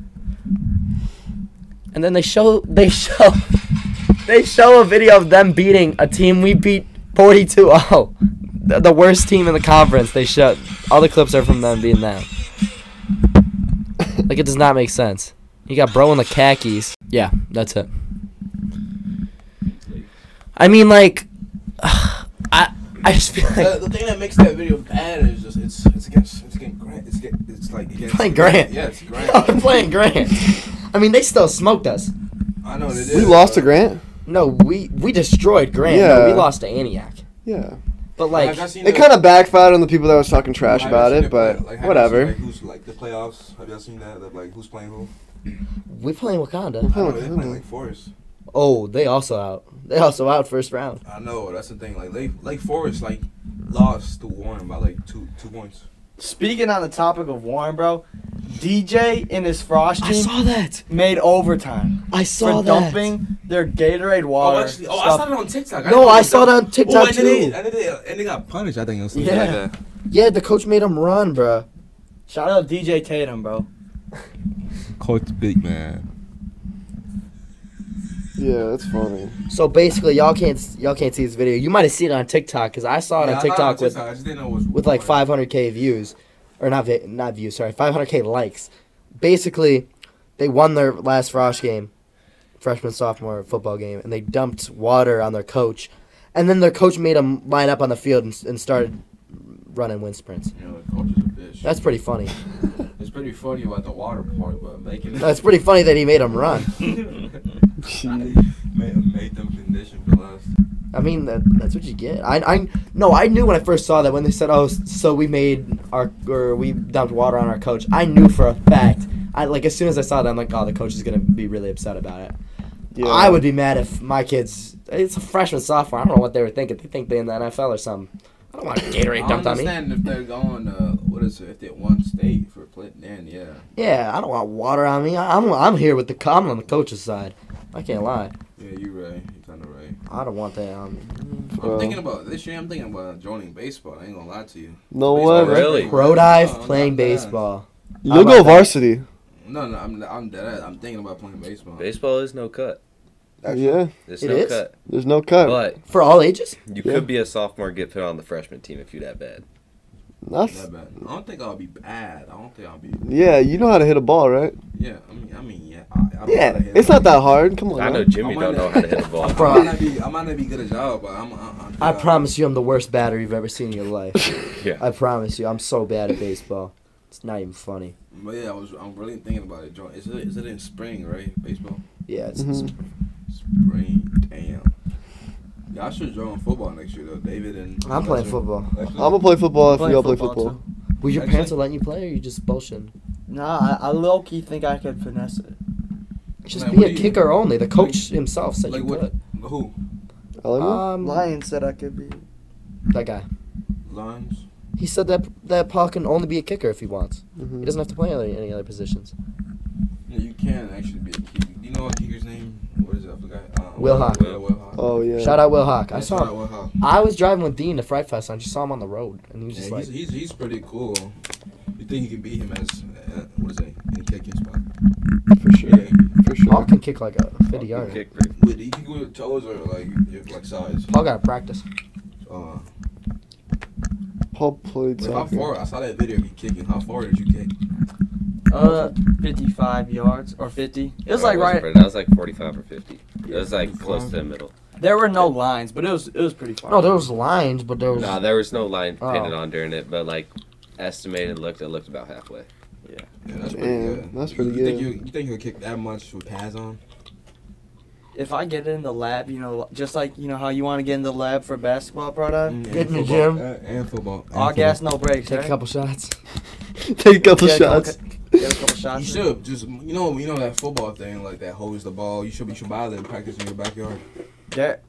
S2: And then they show they show they show a video of them beating a team we beat 42-0. The, the worst team in the conference. They show all the clips are from them beating them. Like it does not make sense. You got bro in the khakis. Yeah, that's it. I mean like I I just feel like
S9: the, the thing that makes that video bad is just it's it's against it's against Grant. It's get, it's like against
S2: playing Grant.
S9: Yeah, it's Grant.
S2: Oh, they're playing Grant. I mean, they still smoked us.
S9: I know what it is.
S1: we lost to
S9: but-
S1: Grant.
S2: No, we we destroyed Grant. No, we
S1: Yeah.
S2: lost to Antioch.
S1: Yeah,
S2: But like,
S9: I seen
S1: it
S9: the-
S1: kind of backfired on the people that was talking trash
S9: Have you
S1: about
S9: seen
S1: it,
S9: the play-
S1: but
S9: like, have you seen,
S1: whatever.
S9: like, who's like the playoffs? Have y'all seen that? That, Like who's playing who?
S2: we playing
S9: I
S2: Wakanda.
S9: know
S1: Oh,
S9: they
S1: okay.
S9: playing like Forest.
S2: Oh, they also out. They also out first round.
S9: I know that's the thing. Like Lake Lake Forest like lost to Warren by like two two points.
S4: Speaking on the topic of Warren, bro, DJ and his Frost
S2: I
S4: team
S2: saw that.
S4: made overtime
S2: I
S4: for
S2: saw that.
S4: dumping their Gatorade water.
S9: oh, actually, oh, I
S4: stuff.
S9: saw it on TikTok.
S2: No,
S9: didn't
S2: I
S9: know
S2: saw that on TikTok
S9: oh, and
S2: too.
S9: They, and, they, and they got punished. I think. Or something
S4: Yeah.
S9: Like that.
S2: Yeah, the coach made him run, bruh.
S4: Shout out DJ Tatum, bro.
S3: Coach Big Man.
S1: Yeah, that's funny.
S2: So basically, y'all can't y'all can't see this video. You might have seen it on TikTok because I saw it
S3: Yeah, I
S2: on
S3: thought it was
S2: TikTok with
S3: TikTok, I just didn't know it was
S2: with like
S3: recorded.
S2: 500k views, or not vi- not views, sorry, 500k likes. Basically, they won their last Frosh game, freshman sophomore football game, and they dumped water on their coach, and then their coach made them line up on the field and, s- and started running wind sprints.
S3: You know, the coach is a bitch.
S2: That's pretty funny.
S3: it's pretty funny about the water part, but making
S2: That's pretty funny that he made them run.
S3: made, made them condition for less.
S2: I mean, that, that's what you get. I, I, no, I knew when I first saw that when they said, "Oh, s- so we made our or we dumped water on our coach." I knew for a fact. I like as soon as I saw that, I'm like, "Oh, the coach is gonna be really upset about it."
S1: Yeah.
S2: I would be mad if my kids. It's a freshman, sophomore. I don't know what they were thinking. They think they in the NFL or something. I don't want Gatorade
S3: I
S2: dumped on me.
S3: understand if they're going, uh, what is it, if they one state for Clinton, then yeah.
S2: Yeah, I don't want water on me. I, I'm, I'm here with the. co- I'm on the coach's side. I can't lie.
S3: Yeah, you're right. You're kind of right.
S2: I don't want that. Um,
S1: Well.
S3: I'm thinking about this year. I'm thinking about joining baseball. I ain't gonna lie to you.
S1: No
S3: Baseball
S1: way.
S7: Oh,
S3: is
S1: man.
S7: really?
S3: pretty
S2: pro
S3: good.
S2: dive
S3: No, I'm
S2: playing
S3: oh, not bad.
S2: baseball.
S1: You'll
S2: How
S1: go
S2: about that?
S1: varsity.
S3: No, no, I'm I'm dead. ass. I'm thinking about playing baseball.
S7: Baseball is no cut.
S1: Yeah.
S7: There's
S2: It
S7: no
S2: is?
S7: cut.
S1: There's no cut.
S7: But
S2: for all ages.
S7: you
S1: Oh. Yeah.
S7: could be a sophomore and get put on the freshman team if you that bad.
S1: That's,
S3: That bad. I don't think I'll be bad. I don't think I'll be.
S1: yeah, you know how to hit a ball, right?
S3: Yeah, I mean, I mean, yeah. I, I
S1: Yeah. It's not that hard. Come on.
S7: I
S1: now.
S7: know Jimmy
S3: I
S7: don't know
S3: wonder-
S7: how to hit a ball.
S2: Bro.
S3: I might not be. I might not be good at job, but I'm. I'm, I'm
S2: I promise you, I'm the worst batter you've ever seen in your life.
S7: Yeah.
S2: I promise you, I'm so bad at baseball. It's not even funny.
S3: But yeah, I was. I'm really thinking about it. Join. Is it? Is it in spring? Right? Baseball.
S2: Yeah, it's,
S1: Mhm.
S3: Spring. Damn. Y'all should join football next year though, David and.
S2: I'm playing football.
S1: I'm gonna play football if
S4: Playing
S1: y'all play
S4: football,
S1: football.
S4: too.
S2: Were your
S3: Actually-
S2: parents letting you play, or you just bullshitting?
S4: Nah, I, I low key think I could finesse it.
S2: Just
S3: Like,
S2: be
S3: what do
S2: a
S3: you-
S2: kicker only. The coach himself said
S3: Like
S2: you
S3: what?
S2: could.
S3: Who?
S1: Alabama?
S2: Um,
S4: Lion said I could be.
S2: that guy.
S3: Lions.
S2: He said that that Paul can only be a kicker if he wants. He
S1: Mhm.
S2: doesn't have to play any, any other positions.
S3: Yeah, you can actually be a kicker. Do you know what kicker's name? What is it? I forgot. Uh,
S2: Will Hawk.
S3: Yeah, Will Hawk.
S1: Oh yeah.
S2: Shout out Will Hawk. I
S3: That's
S2: saw
S3: right,
S2: him.
S3: Will Hawk.
S2: I was driving with Dean to Fright Fest, and I just saw him on the road, and he was
S3: Yeah,
S2: just
S3: he's,
S2: like,
S3: he's, he's pretty cool. You think you can beat him as uh, what is it? In kicking spot.
S1: for sure.
S3: Yeah.
S1: For
S2: Paul
S1: sure.
S2: can kick like a 50
S7: You
S2: yard.
S7: kick very-
S3: Wait, do you kick with your toes or like your like sides?
S2: Paul got to practice.
S3: Uh,
S1: Paul played
S3: wait, how
S1: soccer.
S3: far? I saw that video of you kicking. How far did you kick?
S4: Uh, 55 yards or 50. It was
S7: No,
S4: like
S7: wasn't
S4: right.
S7: pretty- That was like 45 or 50. It was like close to the middle.
S4: There were no lines, but it was it was pretty far.
S2: No, there was lines, but there was.
S7: Nah, there was no line
S2: Oh.
S7: painted on during it, but like estimated looked, it looked about halfway.
S3: Yeah, that's pretty
S1: Yeah,
S3: good.
S1: that's
S3: You-
S1: pretty
S3: you,
S1: good.
S3: Think you, you think you'll kick that much with pads on?
S4: If I get in the lab, you know, just like you know how you want to get in the lab for basketball product.
S3: Mm,
S2: Get in
S3: and
S2: the
S3: football.
S2: gym.
S3: Uh, and football. and
S4: All gas, no brakes.
S2: Take a
S4: right?
S2: couple shots.
S1: Take a couple
S4: Get a couple-
S1: shots.
S4: Get a couple
S3: football. You
S4: shots. in.
S3: should just you know you know that football thing like that holds the ball. You should you should buy that and practice in your backyard.
S4: There-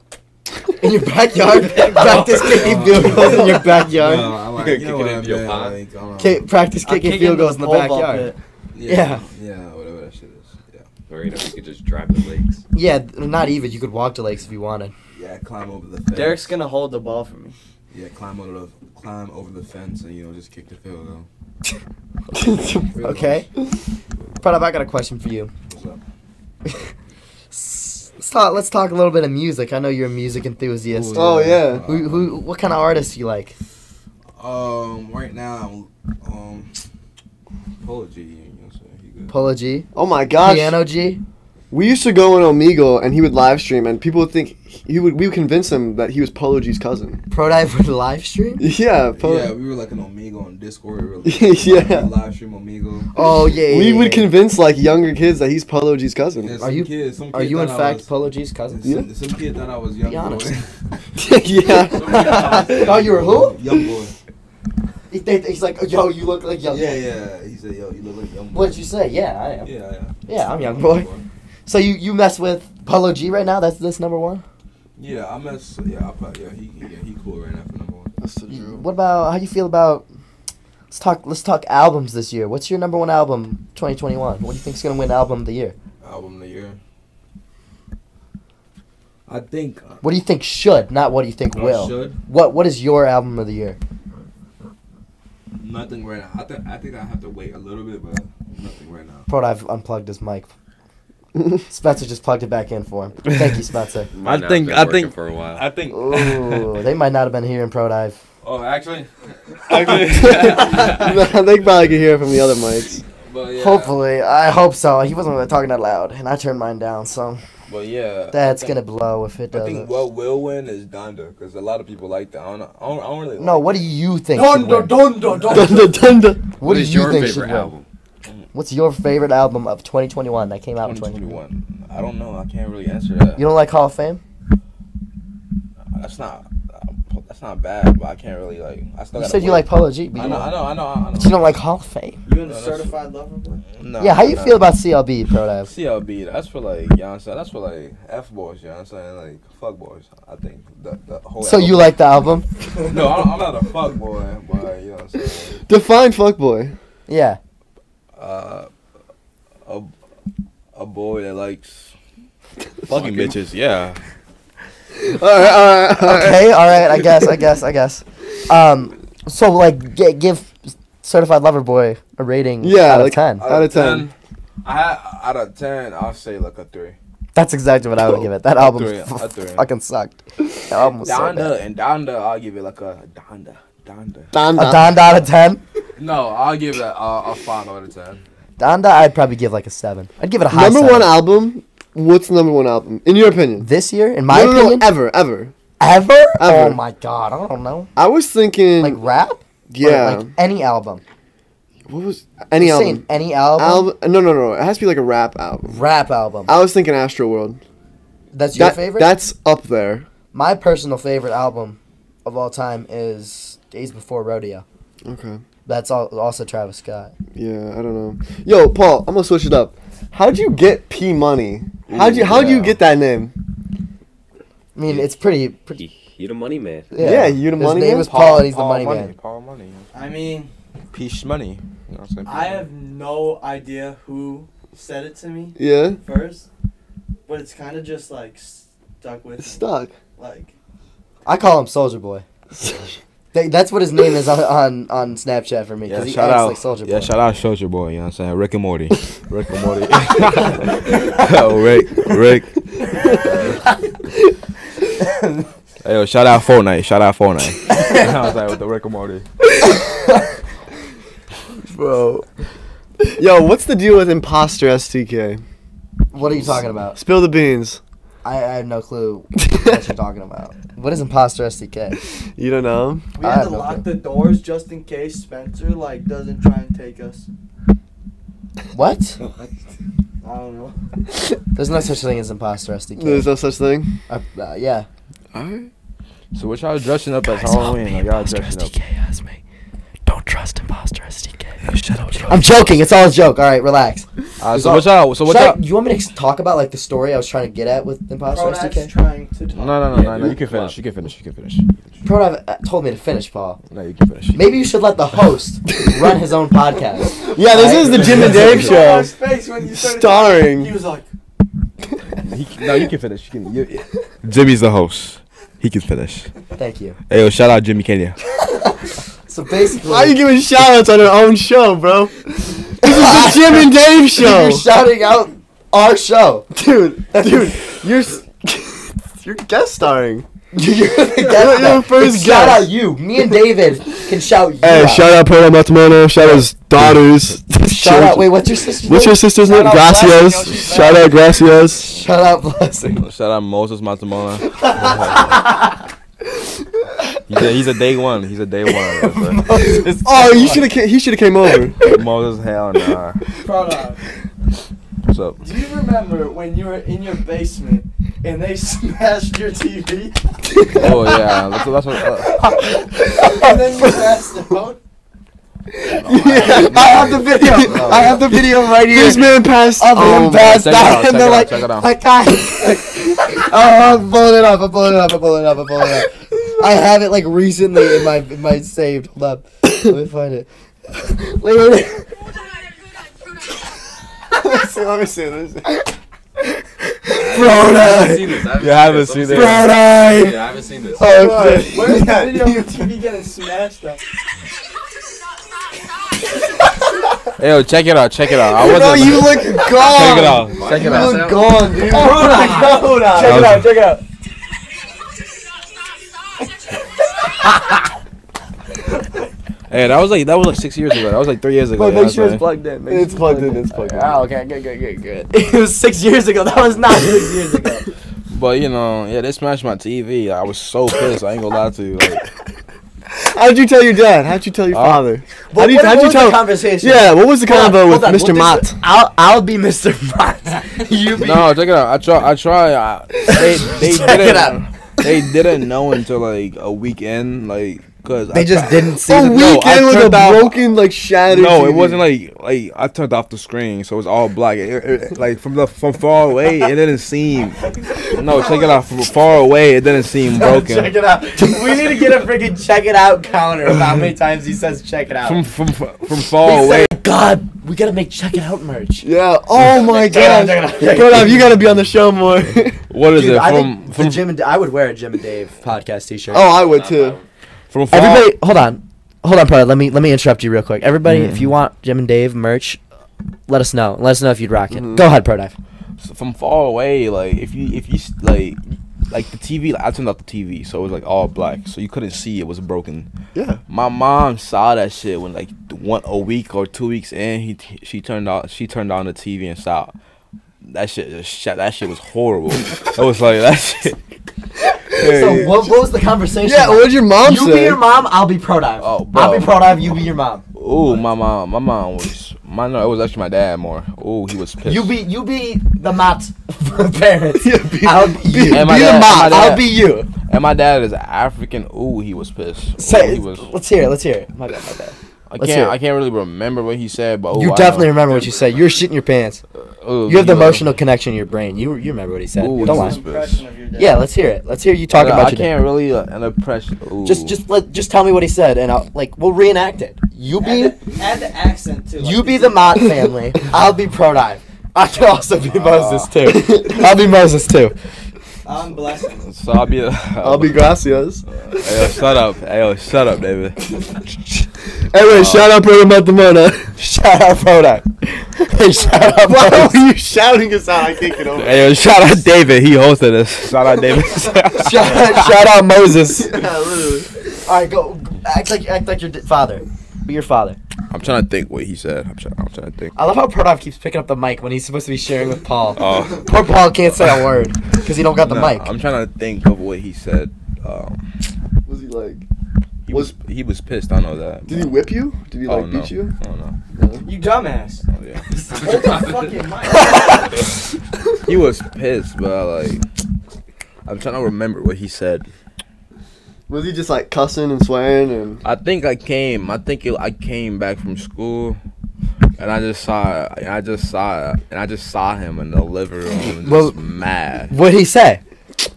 S2: In your backyard? practice kicking field goals in your backyard.
S3: No, I like,
S7: You
S3: you
S7: could
S3: know
S7: kick
S3: what
S7: it
S3: I
S7: into your
S3: mean,
S7: pond.
S3: like, um,
S2: Ki- practice
S4: I
S2: kicking
S4: kick
S2: field
S4: into
S2: goals in the
S4: pole vault
S2: backyard.
S4: pit.
S2: Yeah.
S3: Yeah, whatever that shit is. Yeah.
S7: Or, you know, you could just drive the legs.
S2: Yeah, th- not even. You could walk to lakes if you wanted.
S3: Yeah, climb over the fence.
S4: Derek's gonna hold the ball for me.
S3: Yeah, climb over the climb over the fence and you know just kick the field goal.
S2: Okay. Pradab, I got a question for you.
S3: What's up?
S2: S- Let's talk, let's talk a little bit of music. I know you're a music enthusiast.
S1: Oh,
S3: Uh,
S1: yeah.
S2: Who, who, what kind of artists you like?
S3: Um, right now, um, Polo G, you know, so he good.
S2: Polo G?
S1: Oh my gosh.
S2: Piano G?
S1: We used to go in Omegle and he would live stream and people would think he would we would convince him that he was Polo G's cousin.
S2: Pro Dive with live stream?
S1: Yeah, Polo.
S3: yeah, we were like an Omigo on Discord. We were
S1: Yeah.
S3: we live stream Omigo.
S2: Oh, yeah. yeah,
S1: We
S2: yeah,
S1: would
S2: yeah.
S1: convince like younger kids that he's Polo G's cousin.
S3: Yeah,
S1: Yeah,
S3: some
S2: you-
S3: Kid, some kid
S2: Are you, in
S3: thought I
S2: fact,
S3: was-
S2: Polo G's cousin?
S3: Some, some kid thought I was young
S2: Be
S3: boy.
S2: honest.
S3: oh,
S2: Oh, you were who?
S3: Young boy.
S2: He- they- He's like, yo, you look like young.
S3: Yeah, yeah. He said, "Yo, you look like young boy."
S2: What'd you say? Yeah, I am.
S3: Yeah, yeah.
S2: Yeah, I'm young boy. So you you mess with Polo G right now? That's this number one.
S3: Yeah, I mess. Yeah, I probably. Yeah, he. Yeah, he cool right now for number one.
S1: That's the
S2: You- What about how you feel about? Let's talk. Let's talk albums this year. What's your number one album, 2021? What do you think's gonna win album of the year?
S3: Album of the year. I think. uh,
S2: What do you think should, not what do you think
S3: I
S2: will?
S3: should.
S2: What What is your album of the year?
S3: Nothing right now. I think. I think I have to wait a little bit, but nothing right now.
S2: Bro, I've unplugged his mic. Spencer just plugged it back in for him. Thank you, Spencer.
S7: Might not have
S3: think-
S7: been
S3: I
S7: working
S3: think-
S7: for a while.
S3: I think.
S2: Ooh, they might not have been here in Pro Dive.
S3: Oh, actually,
S1: they probably could hear it from the other mics.
S3: but yeah,
S2: Hopefully, I hope so. He wasn't really talking that loud, and I turned mine down, so
S3: but yeah,
S2: that's
S3: I think-
S2: gonna blow if it
S3: I think
S2: doesn't.
S3: what will win is Donda because a lot of people like that. I don't, I don't, I don't really.
S2: No,
S3: like
S2: what do you think? should win?
S1: Dunda, dunda.
S2: What do you think should win?
S7: album?
S2: What's your favorite album of 2021 that came out in 2021?
S3: 2021. I don't know. I can't really answer that.
S2: You don't like Hall of Fame?
S3: That's not. That's not bad, but I can't really like. I still
S2: You
S3: gotta
S2: said you
S3: wait.
S2: like Polo G, but
S3: I
S2: you
S3: know, I
S2: don't-
S3: know, I know, I know.
S2: but you don't like Hall of Fame.
S4: You and the
S3: No, that's-
S4: certified lover boy?
S3: No,
S2: yeah, how you
S3: no.
S2: feel about CLB, Pro Dive?
S3: CLB? That's for like, you know what I'm saying? That's for like F boys, you know what I'm saying? Like fuck boys. I think the, the whole.
S2: So you like the album?
S3: like? No, I'm, I'm not a fuck boy, but you know what I'm saying.
S1: Define fuckboy.
S2: Yeah.
S3: Uh, a a boy that likes.
S7: Fucking bitches, yeah.
S1: All right, all right, all right.
S2: Okay. All right. I guess. I guess. I guess. Um. So like, g- give Certified Lover Boy a rating
S1: Yeah,
S2: out of
S1: like-
S2: ten.
S1: Out of 10.
S3: I ha- out of ten, I'll say like a three.
S2: That's exactly what I would give it. That album
S3: three, a three.
S2: fucking sucked. That album was so
S3: Donda
S2: bad.
S3: and Donda, I'll give it like a Donda, Donda.
S2: A
S1: Dunda.
S2: Donda out of ten.
S3: No, I'll give it a, a five out of ten.
S2: Donda, I'd probably give like a seven. I'd give it a high
S1: Number
S2: seven.
S1: one album. What's number one album in your opinion?
S2: this year, in my
S1: no, no,
S2: opinion,
S1: no, ever, ever.
S2: ever? Oh
S1: ever.
S2: my god, I don't know.
S1: I was thinking,
S2: Like rap? Or,
S1: yeah.
S2: like any album.
S1: what was any
S2: You're
S1: album?
S2: saying any album?
S1: Album? No, no, no. It has to be like a rap album.
S2: Rap album.
S1: I was thinking Astro World.
S2: That's your
S1: That,
S2: favorite.
S1: That's up there.
S2: my personal favorite album of all time is Days Before Rodeo.
S1: Okay.
S2: That's all, also Travis Scott.
S1: Yeah, I don't know. Yo, Paul, I'm gonna switch it up. How'd you get P Money? How'd you How'd you
S3: yeah.
S1: get that name?
S2: I mean, it's pretty, pretty.
S7: He, he the money man.
S1: Yeah, you the
S2: His
S1: money
S2: name
S1: man?
S2: is Paul, and he's the money, man.
S3: Paul Money.
S4: I mean,
S3: Peace Money. You know what I'm saying?
S4: I have no idea who said it to me
S1: Yeah,
S4: first, but it's kind of just like stuck with
S1: it's
S4: me.
S1: stuck.
S4: Like,
S2: I call him Soldier Boy. They- that's what his name is on on, on Snapchat for me
S3: Yeah,
S2: because he
S3: shout
S2: acts
S3: out.
S2: like Soldier Boy.
S3: yeah, shout out Soldier Boy. You know what I'm saying? Rick and Morty. Rick and Morty. oh, Rick. Rick. hey, yo, shout out Fortnite. Shout out Fortnite. I was like, with the Rick and Morty.
S1: bro. Yo, what's the deal with imposter STK?
S2: What are you talking about?
S1: Spill the beans.
S2: I, I have no clue what you're talking about. What is Imposter SDK?
S1: You don't know?
S4: we
S2: I
S4: had
S2: have
S4: to
S2: no
S4: lock
S2: clue.
S4: the doors just in case Spencer like doesn't try and take us.
S2: What?
S4: I don't know.
S2: There's no such thing as Imposter SDK.
S1: There's no such thing.
S2: Uh, uh, yeah.
S1: Alright.
S3: So what y'all dressing up as Halloween? Like, oh, y'all dressing up.
S2: I'm joking. It's all a joke. All right, relax.
S3: Uh,
S2: Is
S3: so what y'all? So what
S2: Should I-
S3: y'all?
S2: you want me to ex- talk about like the story I was trying to get at with Imposter
S4: Pronouns
S2: SDK?
S4: trying to talk.
S3: No, no, no, no,
S7: Yeah,
S3: no.
S7: dude,
S3: You can
S7: come
S3: finish.
S7: on.
S3: You can finish. You can finish.
S2: Prodav uh, told me to finish, Paul.
S3: No, you can finish.
S2: Maybe you should let the host run his own podcast.
S1: Yeah, this is the Jim and Dave
S4: You saw
S1: show.
S4: his face when you started
S1: Starring.
S4: talking. He was like,
S3: He can- no, you can finish. You can, you, Jimmy's the host. He can finish.
S2: Thank you.
S3: Hey, yo, shout out Jimmy Kenya.
S2: So basically,
S1: Why are you giving shout outs on our own show, bro? This is the Jim and Dave show.
S2: you're shouting out our show.
S1: dude, dude, you're s- you're guest starring.
S2: You're the
S1: You're-
S2: guest.
S1: you're the first
S2: shout
S1: guest.
S2: out you. Me and David can shout you. out.
S1: out Pedro Matamano, shout out his daughters.
S2: Shout out. Wait, what's your sister's name?
S1: sister's
S4: Shout out Blessing, yo, she's back.
S1: out Gracias.
S2: Shout out, blessing.
S3: Shout out Moses Matamola. he's, a, he's a day one. He's a day one.
S1: Oh, you should have. He should have came over.
S3: Moses, hell nah.
S4: Pronoun.
S3: What's up?
S4: Do you remember when you were in your basement and they smashed your TV?
S3: Oh yeah, that's, that's what. Uh,
S4: and then you passed out?
S1: I have the video. I have the video right here. This man passed.
S2: Of
S1: Oh
S2: him
S1: my-
S2: passed
S3: check it
S2: out,
S3: out,
S2: and
S3: check
S2: they're
S3: it out,
S2: like,
S3: check it out.
S2: my God. oh,
S1: um,
S2: I'm pulling it up. I'm pulling it up. I'm pulling it up. I'm pulling it up. I have it like recently in my in my saved. Hold up. Let me find it. Wait, wait, wait.
S1: let me see. Let me see. Let me see.
S2: Broda.
S7: seen this. I haven't
S3: You haven't
S7: seen
S3: seen
S7: this.
S3: it.
S7: Let me see
S2: Broda.
S7: Yeah, I haven't seen this.
S2: Oh, shit.
S4: Where's the video of your TV getting smashed up?
S3: Yo, check it out. Check it out. I
S1: Bro,
S3: wasn't.
S1: you look gone.
S3: check it out. Check it
S1: You
S3: out.
S1: look gone, dude.
S2: Check it out. Check it out.
S3: Hey, that was like that was like six years ago. That was like three years ago. you know what I'm saying?
S2: plugged in.
S1: It's plugged in. It's plugged in.
S2: Oh, okay, good, good, good, good. It was six years ago. That was not six years ago.
S3: But you know, yeah, they smashed my TV. I was so pissed. I ain't gonna lie to you. Like,
S1: How'd you tell your dad? How'd you tell your
S3: Uh,
S1: father?
S2: What,
S1: How'd you,
S2: what,
S1: how'd
S2: what
S1: you
S2: was the
S1: tell?
S2: conversation?
S1: yeah, what was the
S2: Hold on,
S1: combo with
S2: hold on,
S1: Mr.
S2: what
S1: Mott?
S2: did- I'll I'll be Mr. Mott. You be.
S3: no, check it out. I try. I try. I, they they
S2: Check it
S3: didn't.
S2: out.
S3: They didn't know until like a weekend. Like, cause
S2: They
S3: I
S2: just
S3: tried-
S2: didn't see
S1: A
S2: the.
S3: No, I
S1: weekend Oh, with a
S3: turned out-
S1: broken, like shattered.
S3: No, it
S1: TV.
S3: wasn't like like I turned off the screen, so it was all black. It- it- it- like from the from far away, it didn't seem. No, check it out. From far away, it didn't seem
S2: Check
S3: broken.
S2: it out. We need to get a freaking check it out counter of how many times he says check it out.
S3: From from from
S2: He
S3: far
S2: said,
S3: away.
S2: God, we gotta make check it out merch.
S1: Yeah. Oh my god. Kodav, you gotta be on the show more.
S3: What is
S2: Dude,
S3: it?
S2: I
S3: From
S2: think the
S3: from
S2: Jim and I would wear a Jim and Dave podcast T-shirt.
S1: oh, I would too.
S3: from far.
S2: Everybody, hold on, hold on, brother. Let me let me interrupt you real quick. Everybody,
S3: Mm.
S2: if you want Jim and Dave merch, let us know. Let us know if you'd rock it.
S3: Mm-hmm.
S2: Go ahead, Pro Dive.
S3: so from far away, like if you if you s- like like the TV, like, I turned off the TV, so it was like all black, so you couldn't see it was broken.
S1: Yeah.
S3: My mom saw that shit when like th- one a week or two weeks in, he t- she turned on she turned on the TV and saw that shit. Just shut, that shit was horrible. I was like that shit.
S2: So what, what was the conversation?
S1: Yeah.
S2: like?
S1: What'd your mom
S2: you
S1: say?
S2: be your mom. I'll be Pro Dive.
S3: Oh,
S2: I'll
S3: bro.
S2: be Pro Dive. You be your mom.
S3: Ooh, my mom, my mom was my no, it was actually my dad more. Ooh, he was pissed.
S2: You be you be the Mott parents.
S1: Yeah, be-
S2: I'll be
S1: be-
S2: you.
S3: And my
S1: be
S3: dad-
S1: a
S3: my
S1: mom.
S3: dad-
S1: I'll be you.
S3: and my dad is African. Ooh, he was pissed.
S2: Say-
S3: Ooh, he was.
S2: let's hear it. Let's hear it. My bad. My bad.
S3: I
S2: let's hear
S3: can't.
S2: it.
S3: I can't really remember what he said, but ooh, I
S2: you
S3: know-
S2: definitely remember what you said. You're shitting your pants.
S3: Ooh,
S2: You have the
S3: Oh, yeah.
S2: emotional connection in your brain. You you remember what he said.
S3: Ooh,
S2: Don't
S3: this
S2: lie.
S3: is-
S4: impression of your dad.
S2: Yeah, let's hear it. Let's hear you talk
S3: I,
S2: about
S3: I
S2: your day.
S3: can't really uh, an impression. Ooh.
S2: Just just let just tell me what he said, and I'll like we'll reenact it. You be
S4: Add the, add the accent too.
S2: you be the Mott family. I'll be Pro Dive. I can also be
S3: Ah.
S2: Moses too. I'll be Moses too.
S4: I'm blessed.
S3: So I'll be.
S1: I'll be gracias.
S3: Hey, yo, shut up. Hey, yo, shut up, David.
S1: Anyway, shout out Brother Matamona.
S2: Shout out Pro Dive. Hey, shout out Pro
S1: Why
S2: Dive.
S1: were you shouting us out? I can't get over. it.
S3: Hey, yo, shout out David. He hosted us. Shout out David.
S2: Shout out, shout out Moses.
S1: Yeah, literally.
S2: All right, go act like act like your d- father. Be your father.
S3: I'm trying to think what he said. I'm trying. I'm trying to think.
S2: I love how Pro Dive keeps picking up the mic when he's supposed to be sharing with Paul.
S3: Oh.
S2: Poor Paul can't say a word because he don't got the
S3: Uh, Nah,
S2: mic.
S3: I'm trying to think of what he said. Um,
S1: Was he like?
S3: he
S1: Was-
S3: was he was pissed. I know that.
S1: Did he whip you? Did he
S3: Oh,
S1: like
S3: no.
S1: beat you?
S3: Oh no.
S4: You dumbass.
S3: Oh, yeah.
S4: Hold the fucking mic.
S3: he was pissed, but I, like, I'm trying to remember what he said.
S1: Was he just like cussing and swearing and?
S3: I think I came. I think it, I came back from school, and I just saw. and I just saw. And I just saw him in the living room, and just
S2: Well-
S3: mad.
S2: What'd he say?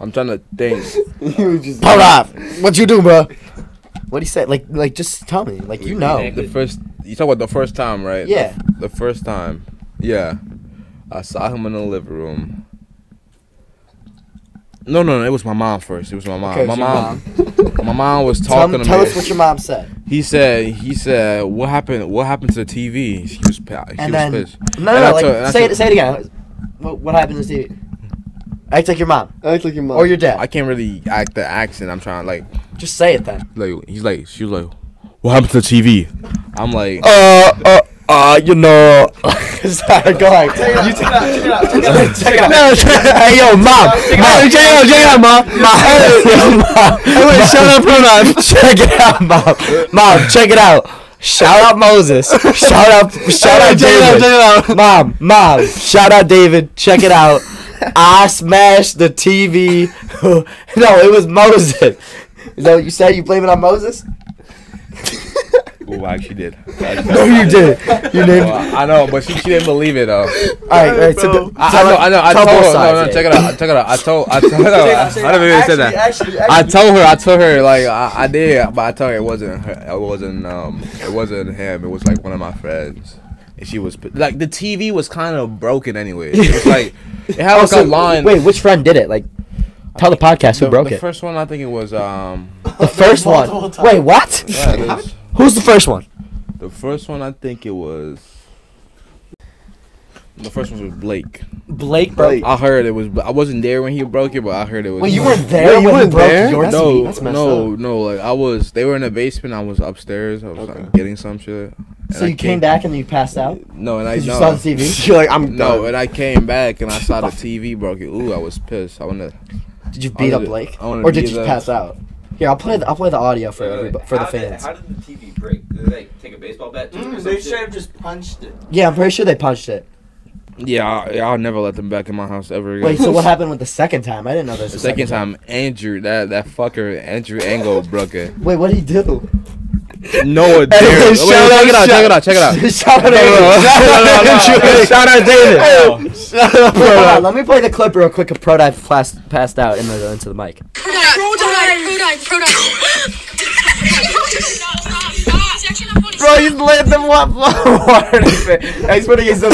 S3: I'm trying to think.
S1: he was just.
S2: Pro Dive, what you do, bro? What'd he say? Like like just tell me. Like you know.
S3: The first. You talk about the first time, right?
S2: Yeah.
S3: The first time. Yeah. I saw him in the living room. No, no, no. It was my mom first. It was my mom.
S2: Okay, it
S3: my
S2: was your
S3: mom, My mom was
S2: Tell,
S3: talking to
S2: tell
S3: me.
S2: us what your mom said.
S3: He said, he said, what happened? What happened to the TV? She was, pa- she
S2: And
S3: was
S2: then
S3: pissed.
S2: no,
S3: And
S2: no,
S3: I
S2: no like
S3: told- and I
S2: say
S3: told-
S2: it, say it again. What, what happened to Stevie? Act like your mom
S1: Act like your mom.
S2: or your dad.
S3: I can't really act the accent. I'm trying like,
S2: Just say it then.
S3: like he's like, she was like, what happened to the TV? I'm like,
S2: Uh, uh, uh, you know. Sorry, go ahead. You
S4: Check it out, check it out, check it out.
S2: check it out. No, check it out. Hey, yo, mom.
S4: Check it
S2: Mom,
S4: out.
S2: Check it out, check it out, mom. Mom, hey, wait, shout out Pronon. Check it out, mom. Mom, check it out. Shout out Moses. Shout out, shout out
S1: check it out, check
S2: David.
S1: it out.
S2: Mom, mom, shout out David. Check it out. I smashed the TV. no, it was Moses. Is that what you said? You blame it on Moses?
S3: oh, I actually did.
S2: No, you did. You
S3: Oh,
S2: didn't.
S3: I know, but she, she didn't believe it though.
S2: All right, all right. So the,
S3: I, I
S2: tell
S3: know,
S2: her-
S3: I know.
S2: tell
S3: I told
S2: both
S3: her.
S2: sides,
S3: No, no,
S2: yeah.
S3: check it out. Check it out. I told. Oh, I told her. I don't even say
S4: Actually,
S3: that.
S4: actually,
S3: I
S4: actually,
S3: told her, I told her, like I, I did, but I told her it wasn't her, it wasn't um, it wasn't him. It was like one of my friends, and she was p- like the TV was kind of broken anyway. It was like it had
S2: Oh,
S3: like
S2: so-
S3: a line.
S2: Wait, which friend did it? Like, tell the podcast
S3: the,
S2: who broke
S3: the
S2: it.
S3: first one I think it was um,
S2: the first
S4: multiple
S2: one.
S4: times.
S2: Wait, what?
S3: yeah, it was-
S2: Who's the first one?
S3: the first one I think it was The first one was Blake.
S2: Blake broke.
S1: Blake.
S3: I heard it was. I wasn't there when he broke it, but I heard it was.
S2: Well, you weren't there
S1: Wait, you
S2: when
S1: weren't
S2: he broke
S1: there? That's-
S2: yours.
S3: no,
S1: messed
S3: no, no. Like I was. They were in the basement. I was upstairs. I was like, getting some shit. And
S2: so
S3: I
S2: you came
S3: came-
S2: back and then you passed out.
S3: No, and I
S2: 'Cause you
S3: no.
S2: saw the TV.
S1: You're like, I'm
S3: No,
S1: no,
S3: and I came back and I saw the TV broke it. Ooh, I was pissed. I wanna.
S2: Did you beat
S3: I
S2: up
S3: wanna-
S2: Blake,
S3: I wanna
S2: or did
S3: be
S2: you
S3: the-
S2: pass out? Here, I'll play. The, I'll play the audio for
S7: Wait, wait,
S2: everybody,
S7: wait.
S2: for the
S7: How did-
S2: fans.
S7: how did the TV break? Did they take a baseball bat? to it or
S4: Mm,
S7: some
S4: they
S7: shit?
S4: should have just punched it.
S2: Yeah, I'm pretty sure they punched it.
S3: Yeah, I, yeah, I'll never let them back in my house ever again.
S2: Wait, so what happened with the second time? I didn't know there was
S3: The
S2: a
S3: second time, Andrew, that that fucker, Andrew Angle broke it.
S2: Wait, what did he do?
S3: No, it didn't. Wait,
S1: shout
S3: wait, check it out,
S1: out-
S3: check it out, check it out.
S2: Shout out
S3: Andrew. Shout out David.
S2: Hold on, let me play the clip real quick of Pro Dive flas- passed out in the, into the mic. Bro, he's letting them walk water. He's putting his